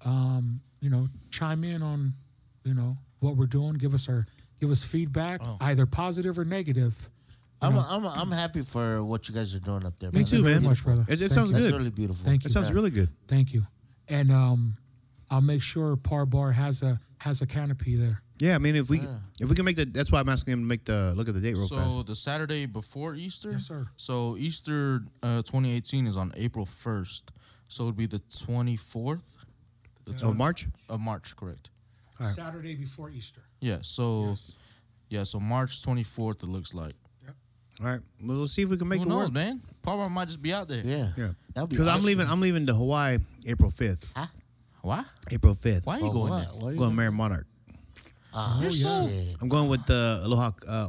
Speaker 4: Um, you know, chime in on, you know, what we're doing. Give us our, give us feedback,
Speaker 2: Oh.
Speaker 4: either positive or negative.
Speaker 1: I'm, I'm I'm happy for what you guys are doing up there.
Speaker 4: Me
Speaker 1: brother.
Speaker 4: too, man. very much, brother.
Speaker 2: It, it
Speaker 4: Thank
Speaker 2: sounds
Speaker 4: you.
Speaker 1: That's
Speaker 2: good.
Speaker 1: really beautiful.
Speaker 4: Thank you.
Speaker 2: It sounds
Speaker 4: man.
Speaker 2: really good.
Speaker 4: Thank you. And um, I'll make sure Par Bar has a has a canopy there.
Speaker 2: Yeah, I mean, if we if we can make the, that's why I'm asking him to make the look at the date real fast. Oh,
Speaker 3: So the Saturday before Easter.
Speaker 4: Yes, sir.
Speaker 3: So Easter uh, 2018 is on April 1st. So it'd be the 24th
Speaker 2: So March.
Speaker 3: of March, correct?
Speaker 4: Saturday before Easter.
Speaker 3: Yeah. So yeah. So March 24th. It looks like.
Speaker 2: All right. Well, let's see if we can make
Speaker 3: Who
Speaker 2: it
Speaker 3: knows,
Speaker 2: work.
Speaker 3: man? Papa might just be out there.
Speaker 1: Yeah.
Speaker 2: Yeah.
Speaker 1: That'd be
Speaker 2: Because I'm
Speaker 1: awesome.
Speaker 2: leaving. I'm leaving to Hawaii April 5th.
Speaker 3: Why?
Speaker 2: April 5th.
Speaker 3: Why are you
Speaker 1: Oh,
Speaker 3: going
Speaker 1: what?
Speaker 3: there?
Speaker 1: What are you
Speaker 2: going to marry Monarch. Oh,
Speaker 1: Ah, shit.
Speaker 2: I'm going with the Aloha uh,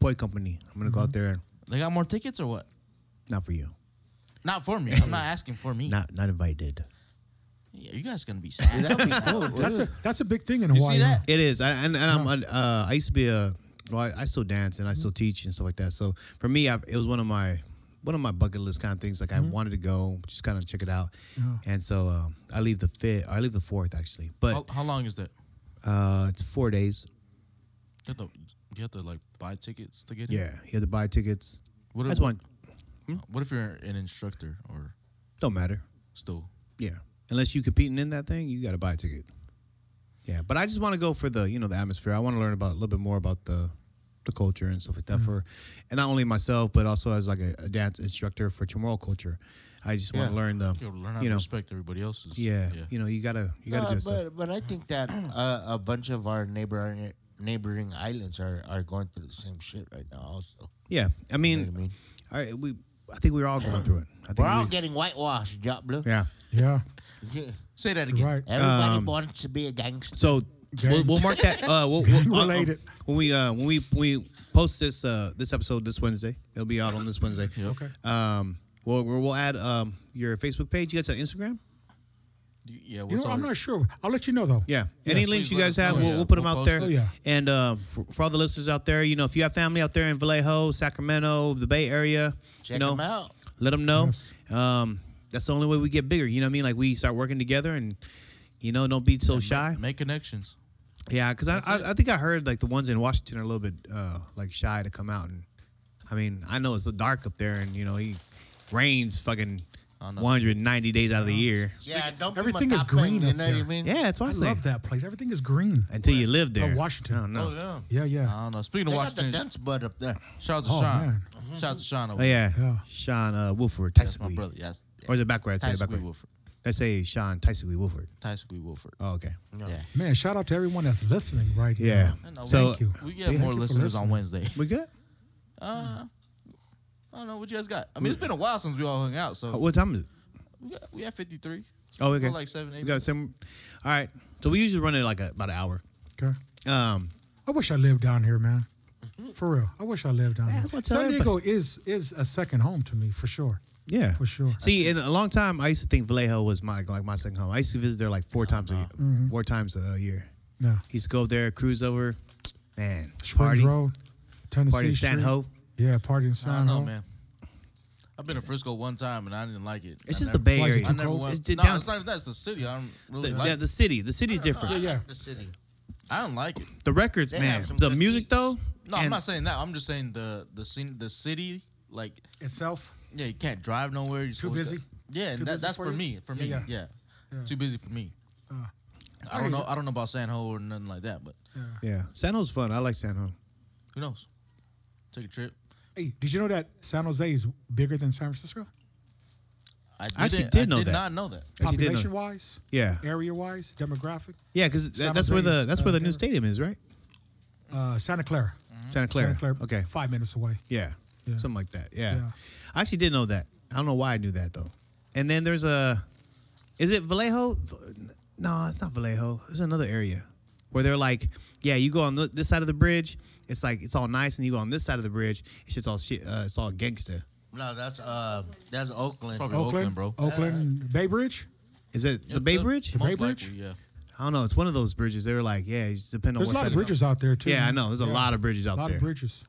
Speaker 2: Poi Company. I'm going to go out there.
Speaker 3: They got more tickets or what?
Speaker 2: Not for you.
Speaker 3: Not for me. I'm not asking for me.
Speaker 2: Not not invited.
Speaker 3: Yeah, you guys gonna be sad.
Speaker 1: That'd be
Speaker 2: Oh,
Speaker 1: cool.
Speaker 4: That's a that's a big thing in
Speaker 3: You
Speaker 4: Hawaii.
Speaker 3: see that?
Speaker 2: It is. I, and and I'm, uh, I used to be a. Well, I, I still dance and I still teach and stuff like that. So for me, I've, it was one of my one of my bucket list kind of things. Like I wanted to go, just kind of check it out. And so um, I leave the fifth. I leave the fourth actually,
Speaker 3: How,
Speaker 2: but
Speaker 3: how long is that?
Speaker 2: uh, it's four days.
Speaker 3: You have to, you have to like buy tickets to get in.
Speaker 2: Yeah, you have to buy tickets.
Speaker 3: What
Speaker 2: That's
Speaker 3: if,
Speaker 2: one.
Speaker 3: What if you're an instructor or
Speaker 2: Don't matter.
Speaker 3: still?
Speaker 2: Yeah, unless you competing in that thing, you got to buy a ticket. Yeah, but I just want to go for the you know the atmosphere. I want to learn about a little bit more about the the culture and stuff like that
Speaker 1: Mm.
Speaker 2: for, and not only myself but also as like a, a dance instructor for Chamorro culture. I just want to
Speaker 1: Yeah.
Speaker 2: learn the
Speaker 3: You gotta learn how
Speaker 2: you
Speaker 3: to
Speaker 2: know
Speaker 3: respect everybody else's.
Speaker 2: yeah, you know you gotta you gotta
Speaker 1: No,
Speaker 2: do
Speaker 1: but,
Speaker 2: stuff.
Speaker 1: Uh, But I think that uh, a bunch of our neighbor neighboring islands are, are going through the same shit right now. Also,
Speaker 2: Yeah, I mean,
Speaker 1: know what I mean?
Speaker 2: all right, we I think we're all going through it. I think
Speaker 1: we're all
Speaker 2: we-
Speaker 1: getting whitewashed, Job Blue.
Speaker 2: yeah. Um,
Speaker 4: Yeah,
Speaker 1: Yeah.
Speaker 3: Say that
Speaker 4: you're
Speaker 3: again.
Speaker 4: right.
Speaker 1: Everybody wants to be a gangster.
Speaker 2: So we'll, we'll mark that. Uh, we'll, we'll, on- on-
Speaker 4: Related.
Speaker 2: when we uh, when we when we post this uh, this episode this Wednesday, it'll be out on this Wednesday.
Speaker 4: Okay.
Speaker 2: Um, we'll we'll we'll add um your Facebook page. You guys have Instagram?
Speaker 3: You- Yeah,
Speaker 4: you
Speaker 3: what's
Speaker 4: know
Speaker 3: our-
Speaker 4: I'm not sure. I'll let you know though.
Speaker 2: Yeah. Any
Speaker 3: please
Speaker 2: links you
Speaker 3: let
Speaker 2: guys
Speaker 3: us know.
Speaker 2: have, we'll,
Speaker 3: Yeah,
Speaker 2: we'll put them
Speaker 3: we'll
Speaker 2: out
Speaker 3: post
Speaker 2: there.
Speaker 3: it.
Speaker 4: Oh, yeah.
Speaker 2: And uh, for, for all the listeners out there, you know, if you have family out there in Vallejo, Sacramento, the Bay Area,
Speaker 1: Check
Speaker 2: you know,
Speaker 1: them out.
Speaker 2: let them know.
Speaker 4: Yes.
Speaker 2: Um, that's the only way we get bigger. You know what I mean? Like we start working together and. You know, don't be so shy.
Speaker 3: Make connections.
Speaker 2: Yeah, because I, I I think I heard like the ones in Washington are a little bit uh, like shy to come out, and I mean I know it's dark up there, and you know he rains fucking
Speaker 3: I know.
Speaker 2: 190 days out of the year.
Speaker 1: Yeah, don't
Speaker 4: everything
Speaker 1: be
Speaker 4: is
Speaker 1: Matapang,
Speaker 4: green
Speaker 1: You
Speaker 4: up
Speaker 1: know what I
Speaker 4: there.
Speaker 1: mean?
Speaker 2: Yeah, that's
Speaker 4: I
Speaker 2: what I, say.
Speaker 4: love that place. Everything is green.
Speaker 2: Until you live there,
Speaker 4: Oh, Washington.
Speaker 2: I don't know.
Speaker 1: Oh yeah.
Speaker 4: Yeah, yeah.
Speaker 2: Uh,
Speaker 3: I don't know. Speaking
Speaker 1: They
Speaker 3: of
Speaker 1: got the
Speaker 3: Washington,
Speaker 1: dense bud up there.
Speaker 3: shout out to
Speaker 4: Oh,
Speaker 3: Sean.
Speaker 4: man.
Speaker 3: Shout out to Sean. Over
Speaker 2: Oh yeah,
Speaker 4: Yeah.
Speaker 2: Sean uh, Wolford,
Speaker 3: That's
Speaker 2: Tyson
Speaker 3: my
Speaker 2: Wee.
Speaker 3: brother. Yes.
Speaker 2: Or is it backward? I say it
Speaker 3: Tyson Wee
Speaker 2: backward.
Speaker 3: Wolford.
Speaker 2: I say Sean Tyson Wee Wolford.
Speaker 3: Tyson Wee Wolford.
Speaker 2: Oh okay.
Speaker 3: Yeah.
Speaker 4: Man, shout out to everyone that's listening right
Speaker 2: Yeah.
Speaker 4: now.
Speaker 3: I know,
Speaker 2: So
Speaker 4: Thank you.
Speaker 3: we
Speaker 4: Thank
Speaker 3: get
Speaker 4: you
Speaker 3: more
Speaker 4: for
Speaker 3: listeners on
Speaker 4: listening.
Speaker 3: Wednesday.
Speaker 2: we good?
Speaker 3: I don't know what you guys got. I mean, it's been a while since we all hung out,
Speaker 2: Uh,
Speaker 3: so
Speaker 2: What time is it?
Speaker 3: we got, we have 53.
Speaker 2: Oh
Speaker 3: We're
Speaker 2: okay.
Speaker 3: Like seven,
Speaker 2: We
Speaker 3: eight.
Speaker 2: got
Speaker 3: minutes.
Speaker 2: some. All right. So we usually run it like a, about an hour.
Speaker 4: Okay.
Speaker 2: Um.
Speaker 4: I wish I lived down here, man. For real, I wish I lived down
Speaker 2: Yeah,
Speaker 4: here.
Speaker 2: what's
Speaker 4: San
Speaker 2: up?
Speaker 4: Diego is is a second home to me for sure.
Speaker 2: Yeah,
Speaker 4: For sure.
Speaker 2: See, in a long time, I used to think Vallejo was my like my second home. I used to visit there like four times a year,
Speaker 4: Mm-hmm.
Speaker 2: four times a year.
Speaker 4: Yeah.
Speaker 2: Used to go there, cruise over, man,
Speaker 4: Springs
Speaker 2: party,
Speaker 4: Road, Tennessee
Speaker 2: party in
Speaker 4: Street.
Speaker 2: San Hope.
Speaker 4: Yeah, party in San
Speaker 3: I don't know,
Speaker 4: Ho.
Speaker 3: man. I've been to Frisco one time and I didn't like it.
Speaker 2: It's
Speaker 3: I
Speaker 2: just
Speaker 3: never-
Speaker 2: the Bay
Speaker 4: Why is it
Speaker 2: Area.
Speaker 3: I never went.
Speaker 2: It's the,
Speaker 3: no,
Speaker 2: down,
Speaker 3: it's not even that. It's the city. I don't
Speaker 2: the,
Speaker 3: really
Speaker 2: yeah,
Speaker 3: like.
Speaker 2: the city. The city's different.
Speaker 1: I
Speaker 4: Yeah.
Speaker 1: like the city.
Speaker 3: I don't like it.
Speaker 2: The records,
Speaker 1: They
Speaker 2: man.
Speaker 1: have some
Speaker 2: The
Speaker 1: good
Speaker 2: music
Speaker 1: beats.
Speaker 2: though.
Speaker 3: No, I'm
Speaker 2: and-
Speaker 3: not saying that. I'm just saying the the scene, the city. Like,
Speaker 4: Itself.
Speaker 3: yeah, you can't drive nowhere. You're
Speaker 4: Too
Speaker 3: supposed
Speaker 4: busy?
Speaker 3: To, yeah,
Speaker 4: Too
Speaker 3: and that,
Speaker 4: busy
Speaker 3: that's
Speaker 4: for
Speaker 3: for
Speaker 4: you?
Speaker 3: me. For
Speaker 4: Yeah,
Speaker 3: me, yeah.
Speaker 4: yeah. Yeah. Uh,
Speaker 3: Too busy for me. I don't know. I don't know about San Ho or nothing like that. But
Speaker 2: Yeah, San Jose's fun. I like San Jose.
Speaker 3: who knows? Take a trip.
Speaker 4: Hey, did you know that San Jose is bigger than San Francisco?
Speaker 3: I,
Speaker 2: I actually
Speaker 3: didn't-
Speaker 2: did know
Speaker 3: did
Speaker 2: that.
Speaker 3: not know that.
Speaker 2: Actually did know-
Speaker 4: Population wise,
Speaker 2: Yeah.
Speaker 4: area wise, demographic,
Speaker 2: Yeah, because
Speaker 4: Santa
Speaker 2: that's where the
Speaker 4: Clara's,
Speaker 2: that's where
Speaker 4: uh,
Speaker 2: the new stadium is, right?
Speaker 4: uh, Santa Clara.
Speaker 2: Santa Mm-hmm. Clara.
Speaker 4: Santa Clara.
Speaker 2: Okay.
Speaker 4: Five minutes away.
Speaker 2: Yeah.
Speaker 4: Yeah.
Speaker 2: Something like that. Yeah.
Speaker 4: Yeah.
Speaker 2: I actually did know that. I don't know why I knew that though. And then there's a is it Vallejo? No, it's not Vallejo. There's another area where they're like, yeah, you go on th- this side of the bridge, it's like it's all nice, and you go on this side of the bridge, it's just all shit. Uh, it's all gangster.
Speaker 1: No, that's uh, that's Oakland.
Speaker 3: Probably
Speaker 4: Oakland,
Speaker 3: Oakland, bro.
Speaker 4: Oakland, Bay Bridge.
Speaker 2: Is it the Bay Bridge?
Speaker 4: Bay
Speaker 3: Most
Speaker 4: Bridge?
Speaker 3: likely, yeah.
Speaker 2: I don't know. It's one of those bridges. They were like, yeah, it just depends on
Speaker 4: There's a
Speaker 2: what
Speaker 4: lot
Speaker 2: side
Speaker 4: of bridges out there too.
Speaker 2: Yeah, I know. There's a lot of bridges
Speaker 4: A
Speaker 2: out
Speaker 4: lot
Speaker 2: there.
Speaker 4: of bridges.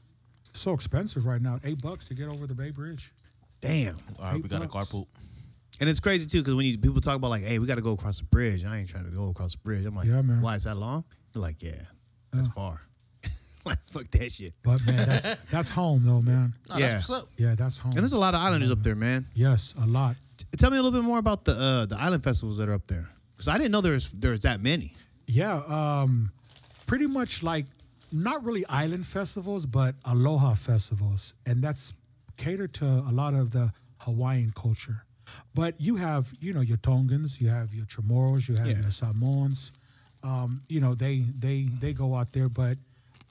Speaker 4: So expensive right now. Eight bucks to get over the Bay Bridge.
Speaker 2: Damn.
Speaker 3: All right, we got a
Speaker 4: bucks.
Speaker 3: carpool.
Speaker 2: And it's crazy too, because when you people talk about like, hey, we got to go across the bridge. I ain't trying to go across the bridge. I'm like,
Speaker 4: Yeah, man. Uh.
Speaker 2: why is that long? They're like, yeah, that's far. like, fuck that shit.
Speaker 4: But man, that's that's home though, man.
Speaker 3: Nah,
Speaker 2: Yeah.
Speaker 3: that's what's up.
Speaker 4: Yeah, that's home.
Speaker 2: And there's a lot of islanders up there, man.
Speaker 4: yes, a lot.
Speaker 2: T- Tell me a little bit more about the uh, the island festivals that are up there, because I didn't know there's there's that many.
Speaker 4: Yeah, um, pretty much like not really island festivals, but aloha festivals, and that's catered to a lot of the Hawaiian culture. But you have, you know, your Tongans, you have your Chamorros, you have
Speaker 2: Yeah.
Speaker 4: your Samoans. Um, you know, they they they go out there, but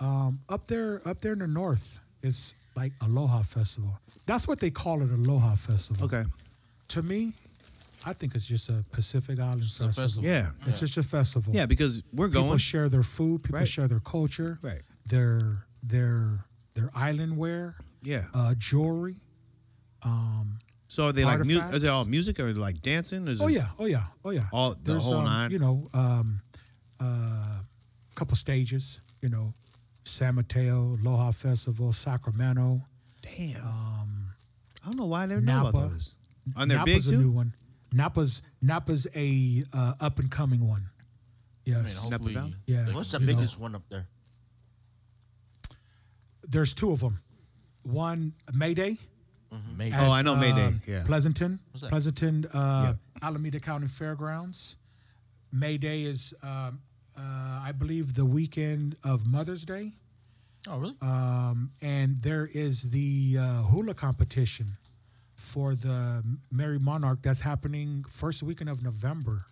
Speaker 4: um, up there up there in the north, it's like Aloha Festival. That's what they call it, Aloha Festival. To me, I think it's just a Pacific Island
Speaker 3: a
Speaker 4: festival.
Speaker 3: festival.
Speaker 2: Yeah.
Speaker 4: It's just a festival
Speaker 2: Yeah, because we're
Speaker 4: people
Speaker 2: going.
Speaker 4: share their food, people
Speaker 2: Right.
Speaker 4: share their culture,
Speaker 2: Right.
Speaker 4: their their their island wear,
Speaker 2: Yeah.
Speaker 4: uh, jewelry.
Speaker 2: so are they like mu-
Speaker 4: artifacts.
Speaker 2: Are they all music? Or are they like dancing? Is
Speaker 4: Oh
Speaker 2: it-
Speaker 4: yeah, oh yeah, oh yeah.
Speaker 2: All- the
Speaker 4: There's,
Speaker 2: whole
Speaker 4: um,
Speaker 2: nine?
Speaker 4: You know, um, uh, couple stages. You know, San Mateo, Aloha Festival, Sacramento,
Speaker 2: Damn. I don't know why I never know
Speaker 4: Um, Napa.
Speaker 2: about those. Are they big
Speaker 4: Napa's a new
Speaker 2: too?
Speaker 4: one. Napa's Napa's a uh, up and coming one.
Speaker 3: Man,
Speaker 4: Yes.
Speaker 3: hopefully,
Speaker 2: Valley?
Speaker 4: yeah.
Speaker 1: What's the
Speaker 4: you know.
Speaker 1: biggest one up there?
Speaker 4: There's two of them. One Mayday.
Speaker 3: Mm-hmm. maybe.
Speaker 2: Oh, I know Mayday.
Speaker 4: um,
Speaker 2: yeah.
Speaker 4: Pleasanton.
Speaker 3: What's that?
Speaker 4: Pleasanton, uh, Alameda County Fairgrounds. May Day is, um, uh, I believe, the weekend of Mother's Day.
Speaker 3: oh, really?
Speaker 4: Um, and there is the uh, hula competition for the Merry Monarch that's happening first weekend of November.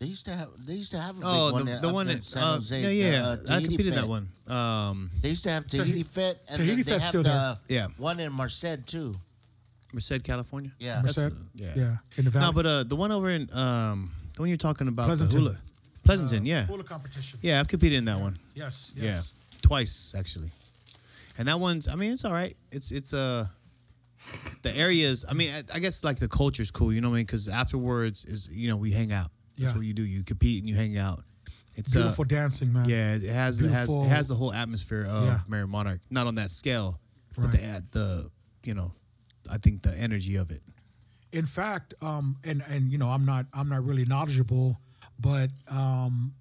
Speaker 1: They used to have. They used to have a big
Speaker 2: Oh,
Speaker 1: one.
Speaker 2: the,
Speaker 1: up
Speaker 2: the one
Speaker 1: in
Speaker 2: that
Speaker 1: San
Speaker 2: uh,
Speaker 1: Jose.
Speaker 2: yeah,
Speaker 1: the,
Speaker 2: yeah,
Speaker 1: uh,
Speaker 2: I
Speaker 1: Tahiti
Speaker 2: competed
Speaker 1: Fet.
Speaker 2: that one. Um,
Speaker 1: They used to have Tahiti Fet, and
Speaker 4: Tahiti
Speaker 1: then they
Speaker 4: Fet's
Speaker 1: have
Speaker 4: still
Speaker 1: the
Speaker 4: there.
Speaker 2: Yeah.
Speaker 1: one in Merced too.
Speaker 2: Merced, California.
Speaker 1: Yeah.
Speaker 2: That's-
Speaker 4: Merced?
Speaker 2: yeah.
Speaker 4: Yeah, in the valley.
Speaker 2: No, but uh, the one over in um, the one you're talking about,
Speaker 4: Pleasanton.
Speaker 2: the hula, Pleasanton. yeah,
Speaker 4: Hula competition.
Speaker 2: yeah, I've competed in that one.
Speaker 4: Yes, yes.
Speaker 2: Yeah, twice actually, and that one's. I mean, it's all right. It's it's uh, the areas. I mean, I, I guess like the culture's cool. You know what I mean? Because afterwards is you know we hang out. That's
Speaker 4: Yeah.
Speaker 2: what you do. You compete and you hang out. It's uh,
Speaker 4: Beautiful dancing, man.
Speaker 2: Yeah, it has it has it
Speaker 4: Beautiful-
Speaker 2: has the whole atmosphere of
Speaker 4: Yeah.
Speaker 2: Mary Monarch. Not on that scale, but
Speaker 4: Right.
Speaker 2: the at the you know, I think the energy of it.
Speaker 4: in fact um and and you know i'm not i'm not really knowledgeable but um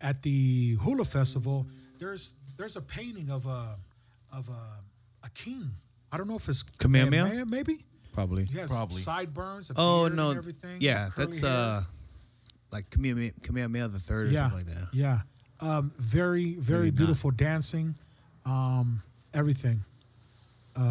Speaker 4: at the hula festival there's there's a painting of a of a a king i don't know if it's
Speaker 2: Kamehameha?
Speaker 4: maybe
Speaker 2: Probably.
Speaker 4: he has
Speaker 3: Probably.
Speaker 4: sideburns a
Speaker 2: Oh
Speaker 4: beard
Speaker 2: no.
Speaker 4: and everything
Speaker 2: yeah,
Speaker 4: curly
Speaker 2: that's uh
Speaker 4: hair.
Speaker 2: like Kamehameha, Kamehameha the third or
Speaker 4: yeah
Speaker 2: something like that.
Speaker 4: yeah um very very
Speaker 2: not.
Speaker 4: beautiful dancing um everything um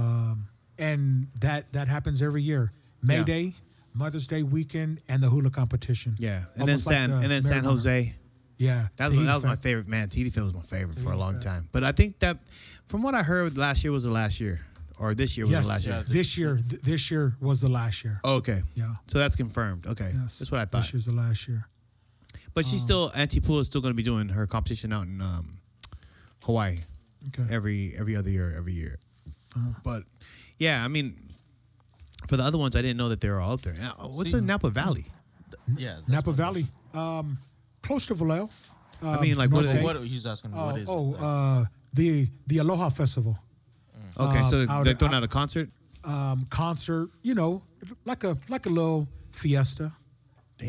Speaker 4: and that that happens every year may
Speaker 2: Yeah.
Speaker 4: day mother's day weekend and the hula competition
Speaker 2: Yeah. And then
Speaker 4: Almost like
Speaker 2: San
Speaker 4: the
Speaker 2: and then San
Speaker 4: marijuana.
Speaker 2: Jose.
Speaker 4: Yeah,
Speaker 2: That was, that was my favorite, man. TD Field was my favorite for a long time. But I think that, from what I heard, last year was the last year, or this year was
Speaker 4: Yes,
Speaker 2: the last year. Oh,
Speaker 4: this year, th- this year was the last year.
Speaker 2: Okay,
Speaker 4: Yeah.
Speaker 2: So that's confirmed. Okay,
Speaker 4: Yes,
Speaker 2: that's what I thought.
Speaker 4: This year's the last year.
Speaker 2: But
Speaker 4: Um,
Speaker 2: she's still Auntie Pooh is still going to be doing her competition out in um, Hawaii
Speaker 4: Okay. Uh-huh.
Speaker 2: every every other year, every year. But yeah, I mean, for the other ones, I didn't know that they were all out there. Now, What's the
Speaker 3: See.
Speaker 2: Napa Valley?
Speaker 3: yeah. that's
Speaker 4: Napa
Speaker 3: what-
Speaker 4: Valley, um, close to Vallejo.
Speaker 2: I mean, like what?
Speaker 4: Um,
Speaker 2: Are
Speaker 4: North
Speaker 3: Oh,
Speaker 2: they,
Speaker 3: what he's asking?
Speaker 4: Oh,
Speaker 3: what is
Speaker 4: oh,
Speaker 3: it?
Speaker 4: uh, the the Aloha Festival
Speaker 2: okay, so
Speaker 4: Um, out-
Speaker 2: they're throwing out a concert.
Speaker 4: um, concert. You know, like a like a little fiesta,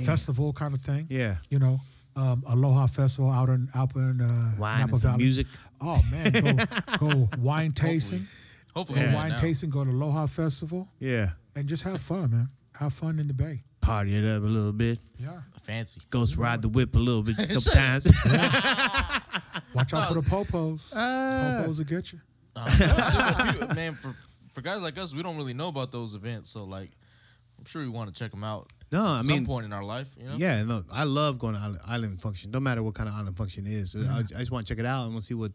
Speaker 4: festival kind of thing.
Speaker 2: Yeah.
Speaker 4: You know, um, Aloha Festival out in out in uh,
Speaker 2: Wine
Speaker 4: Napa
Speaker 2: and some
Speaker 4: Valley.
Speaker 2: music.
Speaker 4: Oh man, go, go wine tasting,
Speaker 3: Hopefully,
Speaker 4: go
Speaker 3: yeah.
Speaker 4: wine tasting, go to Aloha Festival.
Speaker 2: Yeah,
Speaker 4: and just have fun, man. Have fun in the bay.
Speaker 2: party it up a little bit.
Speaker 4: Yeah.
Speaker 3: Fancy.
Speaker 2: Ghost ride the whip a little bit, just a couple times.
Speaker 4: Watch out for the popos.
Speaker 2: Uh,
Speaker 4: popos will get you.
Speaker 3: Nah, man, for, for guys like us, we don't really know about those events. So like, I'm sure we want to check them out.
Speaker 2: No,
Speaker 3: at
Speaker 2: I
Speaker 3: some
Speaker 2: mean-
Speaker 3: point in our life, you know.
Speaker 2: Yeah, look, I love going to island, island function. No matter what kind of island function it is, I, I just want to check it out and we'll see what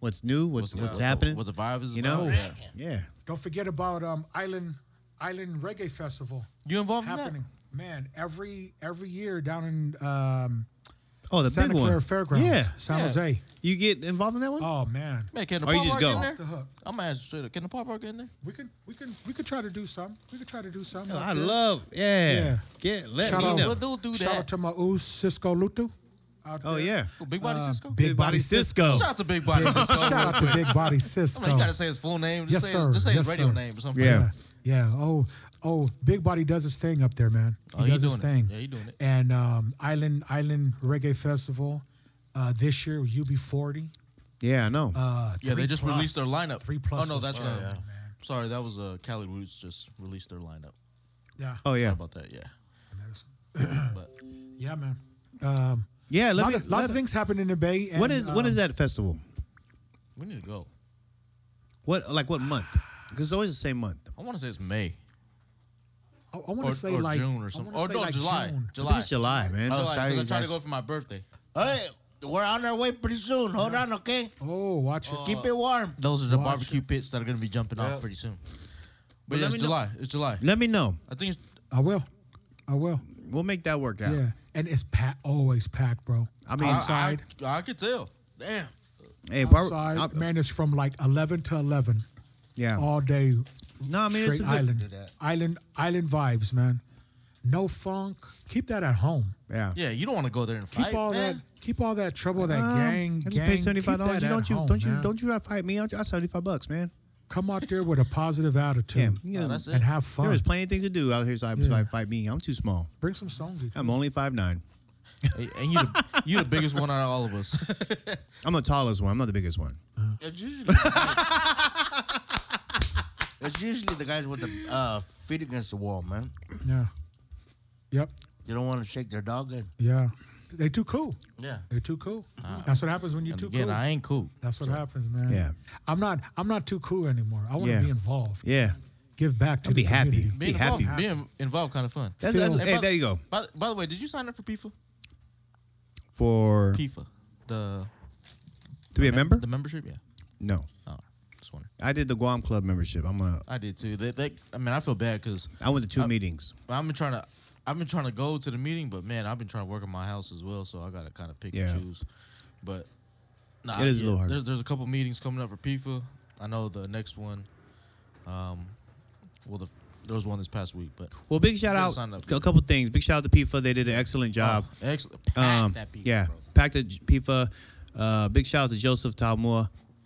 Speaker 2: what's new, what's what's,
Speaker 3: the-
Speaker 2: happening.
Speaker 3: What the vibe is.
Speaker 2: you
Speaker 3: about.
Speaker 2: know,
Speaker 3: Yeah.
Speaker 2: yeah.
Speaker 4: Don't forget about um, Island Island Reggae Festival
Speaker 3: You involved in that?
Speaker 4: happening. Man, every every year down in um,
Speaker 2: Oh, the
Speaker 4: Santa
Speaker 2: big
Speaker 4: Clara
Speaker 2: one.
Speaker 4: Fairgrounds,
Speaker 2: Yeah,
Speaker 4: San
Speaker 3: Yeah.
Speaker 4: Jose.
Speaker 2: you get involved in that one.
Speaker 4: Oh man,
Speaker 3: Man, can the
Speaker 2: Or you
Speaker 3: pop
Speaker 2: just
Speaker 3: art get in
Speaker 2: go.
Speaker 3: there?
Speaker 4: the hook.
Speaker 3: I'm gonna ask you straight up. Can the pop art get in there?
Speaker 4: We can we can we could try to do some. We could try to do some.
Speaker 2: I love. Yeah.
Speaker 4: Yeah.
Speaker 2: Get let
Speaker 4: Shout
Speaker 2: me
Speaker 4: out-
Speaker 2: know.
Speaker 3: Well, they'll do
Speaker 4: Shout out
Speaker 3: that.
Speaker 4: to my ooze, Cisco Lutu. out
Speaker 2: oh
Speaker 4: there.
Speaker 2: yeah.
Speaker 3: Oh, Big Body Cisco.
Speaker 4: Uh, Big
Speaker 2: Big
Speaker 4: Body
Speaker 2: Body Cisco.
Speaker 3: Shout out to Big Body Cisco.
Speaker 4: Shout out to Big Body
Speaker 3: I
Speaker 4: Cisco.
Speaker 3: mean, you gotta say his full name. Just
Speaker 4: Yes,
Speaker 3: say his,
Speaker 4: sir.
Speaker 3: Just say his
Speaker 4: Yes,
Speaker 3: radio
Speaker 4: sir.
Speaker 3: name or something.
Speaker 2: Yeah.
Speaker 4: Yeah. Yeah. Oh, oh, Big Body does his thing up there, man. He
Speaker 3: Oh, he
Speaker 4: does
Speaker 3: doing
Speaker 4: his
Speaker 3: it.
Speaker 4: thing.
Speaker 3: Yeah, he doing it.
Speaker 4: And um, Island Island Reggae Festival uh, this year, UB40.
Speaker 2: Yeah, I know.
Speaker 4: Uh,
Speaker 3: Yeah, they
Speaker 4: three
Speaker 3: just
Speaker 4: plus.
Speaker 3: released their lineup.
Speaker 4: Three
Speaker 3: Oh
Speaker 4: plus.
Speaker 3: no,
Speaker 4: was
Speaker 3: that's
Speaker 4: fire,
Speaker 3: uh,
Speaker 4: man.
Speaker 3: sorry, that was uh, Cali Roots just released their lineup.
Speaker 4: Yeah.
Speaker 2: oh
Speaker 3: Sorry
Speaker 2: yeah.
Speaker 3: about that. Yeah, but
Speaker 4: Yeah, man. Um,
Speaker 2: Yeah.
Speaker 4: a
Speaker 2: Let
Speaker 4: lot,
Speaker 2: me.
Speaker 4: of, lot
Speaker 2: let-
Speaker 4: of things happened in the Bay. And,
Speaker 2: what is what
Speaker 4: um,
Speaker 2: is that festival?
Speaker 3: we need to go.
Speaker 2: What like what month? Because it's always the same month.
Speaker 3: I want to say it's May
Speaker 4: I, I want
Speaker 3: or,
Speaker 4: to say
Speaker 3: or
Speaker 4: like
Speaker 3: June or
Speaker 4: I
Speaker 3: something.
Speaker 4: wanna
Speaker 3: Or
Speaker 4: say
Speaker 3: no,
Speaker 4: like
Speaker 3: July.
Speaker 4: June.
Speaker 2: I think
Speaker 3: July.
Speaker 2: it's July, man.
Speaker 1: Oh,
Speaker 3: July, 'cause
Speaker 1: sorry,
Speaker 3: I
Speaker 1: you
Speaker 3: tried to
Speaker 1: guys.
Speaker 3: go for my birthday.
Speaker 1: Hey, we're on our way pretty soon. Hold on, okay?
Speaker 4: Oh, watch it.
Speaker 1: Keep it warm.
Speaker 3: Those are the
Speaker 4: Watch
Speaker 3: barbecue pits that are going to be jumping off pretty soon. But yeah,
Speaker 2: let
Speaker 3: it's
Speaker 2: me know-
Speaker 3: July. It's July.
Speaker 2: Let me know.
Speaker 3: I think it's
Speaker 4: I will. I will.
Speaker 2: We'll make that work out.
Speaker 4: Yeah. And it's packed, always packed, bro.
Speaker 2: I mean,
Speaker 4: outside.
Speaker 3: I, I, I could tell. Damn.
Speaker 2: Hey, bar-
Speaker 4: outside.
Speaker 2: I-
Speaker 4: man, it's from like 11 to 11
Speaker 2: yeah.
Speaker 4: all day.
Speaker 2: no, I mean it's
Speaker 4: straight
Speaker 2: a good,
Speaker 4: island. Island island vibes, man. No funk. Keep that at home.
Speaker 2: Yeah.
Speaker 3: Yeah, you don't want to go there and
Speaker 4: Keep
Speaker 3: fight,
Speaker 4: all
Speaker 3: man.
Speaker 4: that. Keep all that trouble. That
Speaker 2: Um,
Speaker 4: gang.
Speaker 2: I just
Speaker 4: gang.
Speaker 2: paid
Speaker 4: keep
Speaker 2: seventy five
Speaker 4: that
Speaker 2: dollars. You
Speaker 4: at
Speaker 2: don't you
Speaker 4: home,
Speaker 2: don't you
Speaker 4: man.
Speaker 2: don't you gotta fight me? I I seventy five bucks, man.
Speaker 4: come out there with a positive
Speaker 2: Yeah,
Speaker 4: attitude
Speaker 2: you
Speaker 3: Oh,
Speaker 2: know,
Speaker 3: that's it.
Speaker 4: and have
Speaker 2: there
Speaker 4: fun.
Speaker 2: is plenty of things to do out here. So I
Speaker 4: Yeah.
Speaker 2: fight me. I'm too small.
Speaker 4: Bring some songs. with you.
Speaker 2: I'm only five nine.
Speaker 3: And and you, the, you the biggest one out of all of us.
Speaker 2: I'm the tallest one. I'm not the biggest one.
Speaker 1: It's usually it's usually the guys with the uh, feet against the wall, man.
Speaker 4: Yeah. Yep.
Speaker 1: They don't want to shake their dog. In.
Speaker 4: Yeah. They too cool.
Speaker 1: Yeah.
Speaker 4: They too cool. That's what happens when you're
Speaker 3: And
Speaker 4: too
Speaker 3: again,
Speaker 4: cool.
Speaker 3: I ain't cool.
Speaker 4: That's what happens, man.
Speaker 2: Yeah.
Speaker 4: I'm not. I'm not too cool anymore. I want to
Speaker 2: Yeah.
Speaker 4: be involved.
Speaker 2: Yeah,
Speaker 4: Give back to
Speaker 2: I'll
Speaker 4: the
Speaker 2: be happy.
Speaker 4: community.
Speaker 3: Being
Speaker 2: Be
Speaker 3: involved,
Speaker 2: happy.
Speaker 3: being involved, kind of fun.
Speaker 2: that's, that's,
Speaker 4: Phil.
Speaker 2: hey,
Speaker 3: by-
Speaker 2: there you go.
Speaker 3: By, by the way, did you sign up for FIFA?
Speaker 2: For
Speaker 3: FIFA, the
Speaker 2: to be a member?
Speaker 3: the membership. Yeah.
Speaker 2: No,
Speaker 3: Oh, just wondering.
Speaker 2: I did the Guam Club membership. I'm a.
Speaker 3: I did too. They, they, I mean, I feel bad because
Speaker 2: I went to two meetings.
Speaker 3: I've been trying to, I've been trying to go to the meeting, but man, I've been trying to work in my house as well, so I gotta kind of pick
Speaker 2: Yeah.
Speaker 3: and choose. But nah,
Speaker 2: It is a
Speaker 3: yeah,
Speaker 2: little hard.
Speaker 3: There's, there's a couple meetings coming up for FIFA. I know the next one. Um, well, the, there was one this past week, but
Speaker 2: Well, big shout
Speaker 3: Better
Speaker 2: out.
Speaker 3: sign up.
Speaker 2: A couple things. Big shout out to PIFA. They did an excellent job.
Speaker 3: excellent.
Speaker 2: um,
Speaker 3: that FIFA,
Speaker 2: yeah,
Speaker 3: bro.
Speaker 2: packed at PIFA. Uh, big shout out to Joseph Talmua.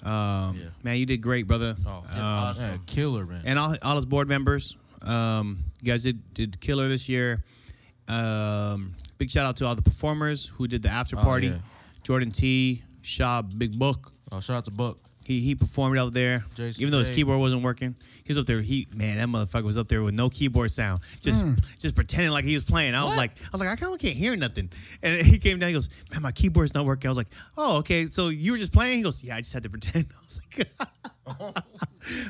Speaker 2: Um,
Speaker 3: Yeah.
Speaker 2: man, you did great, brother.
Speaker 3: Oh,
Speaker 2: Um,
Speaker 3: yeah, killer man.
Speaker 2: and all, all his board members. Um, you guys did, did killer this year. Um, big shout out to all the performers who did the after party.
Speaker 3: yeah.
Speaker 2: Jordan T, Shaw, Big Book.
Speaker 3: oh, shout out to Buck.
Speaker 2: He he performed out there,
Speaker 3: Jason
Speaker 2: even though his
Speaker 3: Day.
Speaker 2: keyboard wasn't working. He was up there. He man, that motherfucker was up there with no keyboard sound, just just pretending like he was playing. I was like, I was like, I kinda can't hear nothing. And he came down. He goes, man, my keyboard's not working. I was like, oh okay, so you were just playing. He goes, yeah, I just had to pretend. I was like,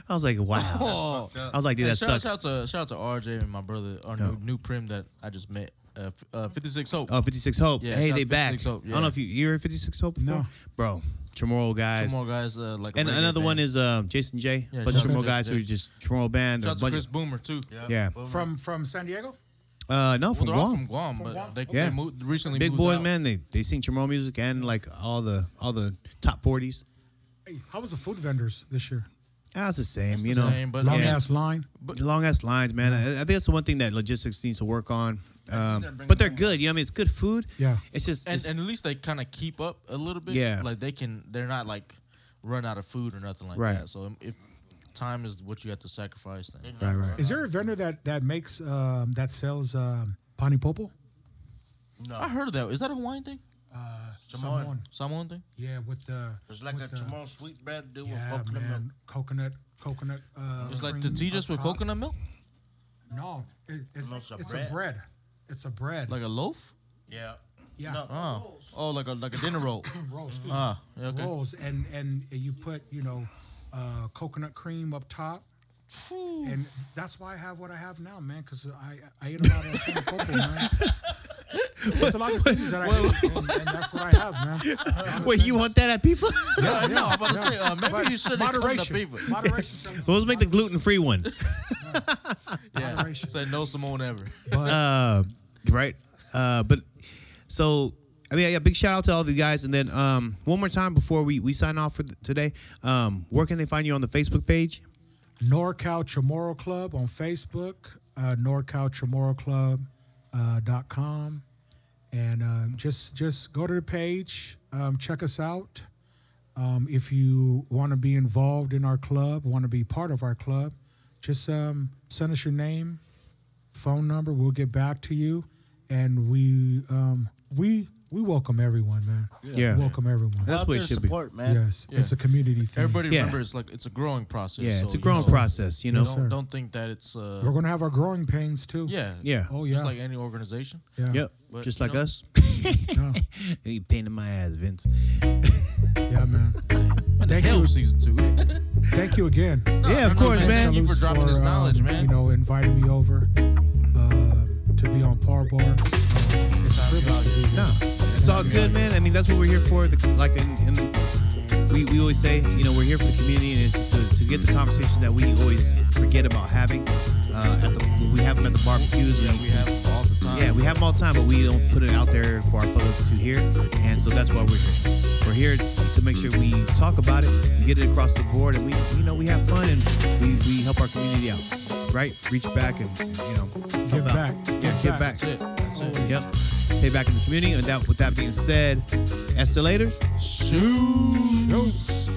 Speaker 2: I was like, wow.
Speaker 3: Oh,
Speaker 2: I was like, dude,
Speaker 3: Hey,
Speaker 2: that
Speaker 3: shout, out,
Speaker 2: sucks.
Speaker 3: shout out to shout out to RJ and my brother, our new, new prim that I just met, uh, f- uh, fifty six Hope.
Speaker 2: Oh, 56 Hope.
Speaker 3: Yeah,
Speaker 2: hey,
Speaker 3: shout
Speaker 2: they
Speaker 3: out
Speaker 2: back.
Speaker 3: 56 Hope,
Speaker 2: I don't know
Speaker 3: yeah.
Speaker 2: if you you heard 56 Hope before.
Speaker 4: No.
Speaker 2: Bro, Chamorro guys.
Speaker 3: Some more guys uh, like a
Speaker 2: And
Speaker 3: reggae
Speaker 2: another one
Speaker 3: band.
Speaker 2: is um, Jason J.
Speaker 3: Yeah,
Speaker 2: bunch of
Speaker 3: shout out
Speaker 2: Chamorro
Speaker 3: to
Speaker 2: guys
Speaker 3: Jason
Speaker 2: who are
Speaker 3: J.
Speaker 2: just Chamorro band.
Speaker 3: shout
Speaker 2: A
Speaker 3: out to
Speaker 2: bunch
Speaker 3: Chris
Speaker 2: of,
Speaker 3: Boomer too.
Speaker 2: yeah.
Speaker 4: From from San Diego.
Speaker 2: Uh, no,
Speaker 3: Well,
Speaker 2: from
Speaker 3: they're all from
Speaker 2: Guam.
Speaker 3: Guam, but
Speaker 4: Guam?
Speaker 3: they,
Speaker 2: Yeah.
Speaker 3: they moved recently.
Speaker 2: Big
Speaker 3: moved
Speaker 2: boy,
Speaker 3: out.
Speaker 2: man. They they sing Chamorro music and like all the all the top 40s.
Speaker 4: Hey, how was the food vendors this year?
Speaker 2: That's the same,
Speaker 3: It's
Speaker 2: you
Speaker 3: the
Speaker 2: know.
Speaker 3: same, but
Speaker 4: Long
Speaker 3: yeah.
Speaker 4: ass line.
Speaker 2: long ass lines, man. I, I think that's the one thing that logistics needs to work on. Um,
Speaker 1: they're bringing
Speaker 2: but they're
Speaker 1: home-
Speaker 2: good. You know, what I mean, it's good food.
Speaker 4: Yeah.
Speaker 2: It's just
Speaker 3: and,
Speaker 2: it's-
Speaker 3: and at least they kind of keep up a little bit.
Speaker 2: Yeah.
Speaker 3: like they can. They're not like run out of food or nothing like
Speaker 2: Right.
Speaker 3: that. So um, if time is what you have to sacrifice, then
Speaker 2: right, right.
Speaker 4: Is there a vendor that that makes um, that sells um, pani popo?
Speaker 3: I heard of that. Is that a Hawaiian thing?
Speaker 1: Samoan.
Speaker 3: Samoan thing?
Speaker 4: Yeah, with the
Speaker 1: It's like
Speaker 4: with
Speaker 1: a
Speaker 4: the-
Speaker 1: Chamon sweetbread dude with
Speaker 4: Yeah,
Speaker 1: coconut
Speaker 4: man.
Speaker 1: milk.
Speaker 4: Coconut, coconut. Uh,
Speaker 3: It's like the
Speaker 4: cream
Speaker 3: tea
Speaker 4: up
Speaker 3: just with
Speaker 4: top.
Speaker 3: coconut milk,
Speaker 4: No, it, it's,
Speaker 1: No,
Speaker 4: it's, a, bread. It's a bread.
Speaker 3: like a loaf.
Speaker 1: Yeah.
Speaker 4: yeah,
Speaker 1: No.
Speaker 3: Oh, oh, like a like a dinner roll.
Speaker 4: rolls. Excuse me.
Speaker 3: Ah, yeah, okay.
Speaker 4: Rolls, and and you put you know uh, coconut cream up top, And that's why I have what I have now, man, because I, I ate a lot of Puma coco, man. There's a lot of things that I ate, and, and that's what I have, man.
Speaker 2: Wait, you want that at FIFA?
Speaker 3: Yeah, no, I'm about to say uh, maybe you shouldn't
Speaker 4: Moderation.
Speaker 3: come to people.
Speaker 4: Moderation. Sheldon.
Speaker 2: Well, let's make the gluten free one.
Speaker 3: Yeah,
Speaker 4: Moderation.
Speaker 3: say no Simone ever.
Speaker 2: right? Uh, but so I mean, yeah, big shout out to all the guys, and then um, one more time before we we sign off for th- today, um, where can they find you on the Facebook page?
Speaker 4: NorCal Chamorro Club on Facebook, uh, NorCalChamorroClub.com, uh, dot com. and uh, just just go to the page, um, check us out. Um, if you want to be involved in our club, want to be part of our club, just um, send us your name, phone number. We'll get back to you, and we um, we we welcome everyone, man.
Speaker 2: Yeah.
Speaker 4: We welcome everyone.
Speaker 2: That's what it should be.
Speaker 1: support, man.
Speaker 4: yes, it's a community thing.
Speaker 3: Everybody
Speaker 2: Yeah.
Speaker 3: remember it's like it's a growing process.
Speaker 2: Yeah,
Speaker 3: so
Speaker 2: it's a
Speaker 3: you
Speaker 2: growing
Speaker 3: don't-
Speaker 2: process, you know.
Speaker 4: Yes, sir.
Speaker 3: Don't, don't think that it's uh,
Speaker 4: We're gonna have our growing pains too.
Speaker 3: yeah,
Speaker 2: Yeah.
Speaker 4: Oh yeah.
Speaker 3: just like any organization.
Speaker 4: yeah.
Speaker 2: Yep.
Speaker 3: But,
Speaker 2: Just
Speaker 3: you
Speaker 2: like
Speaker 3: know-
Speaker 2: us.
Speaker 4: Yeah.
Speaker 2: you painted my ass, Vince.
Speaker 4: Yeah, man. Thank
Speaker 3: Hell,
Speaker 4: you,
Speaker 3: season two.
Speaker 4: thank you again.
Speaker 2: yeah, of
Speaker 3: no, no,
Speaker 2: course,
Speaker 3: man.
Speaker 2: man.
Speaker 3: Thank you for dropping this
Speaker 4: um,
Speaker 3: knowledge, man.
Speaker 4: You know, inviting me over um, to be on Par Bar. Um, it's a privilege to be here.
Speaker 2: No, it's all good, man. I mean, that's what we're here for. The, like, and, and we, we always say, you know, we're here for the community and it's to, to get the conversations that we always forget about having. Uh, at the, we have them at the barbecues.
Speaker 3: Yeah,
Speaker 2: we-
Speaker 3: we have all the time.
Speaker 2: Yeah, we have them all the time, but we don't put it out there for our public to hear. And so that's why we're here. We're here to make sure we talk about it, we get it across the board, and we, you know, we have fun and we, we help our community out, right? Reach back and, you know, help
Speaker 4: Give
Speaker 2: out.
Speaker 4: back.
Speaker 2: Yeah,
Speaker 4: Give
Speaker 2: give back.
Speaker 4: back.
Speaker 3: That's it. That's it.
Speaker 2: Yep. Pay back in the community. And that, with that being said, escalators.
Speaker 3: Shoot.
Speaker 4: Notes.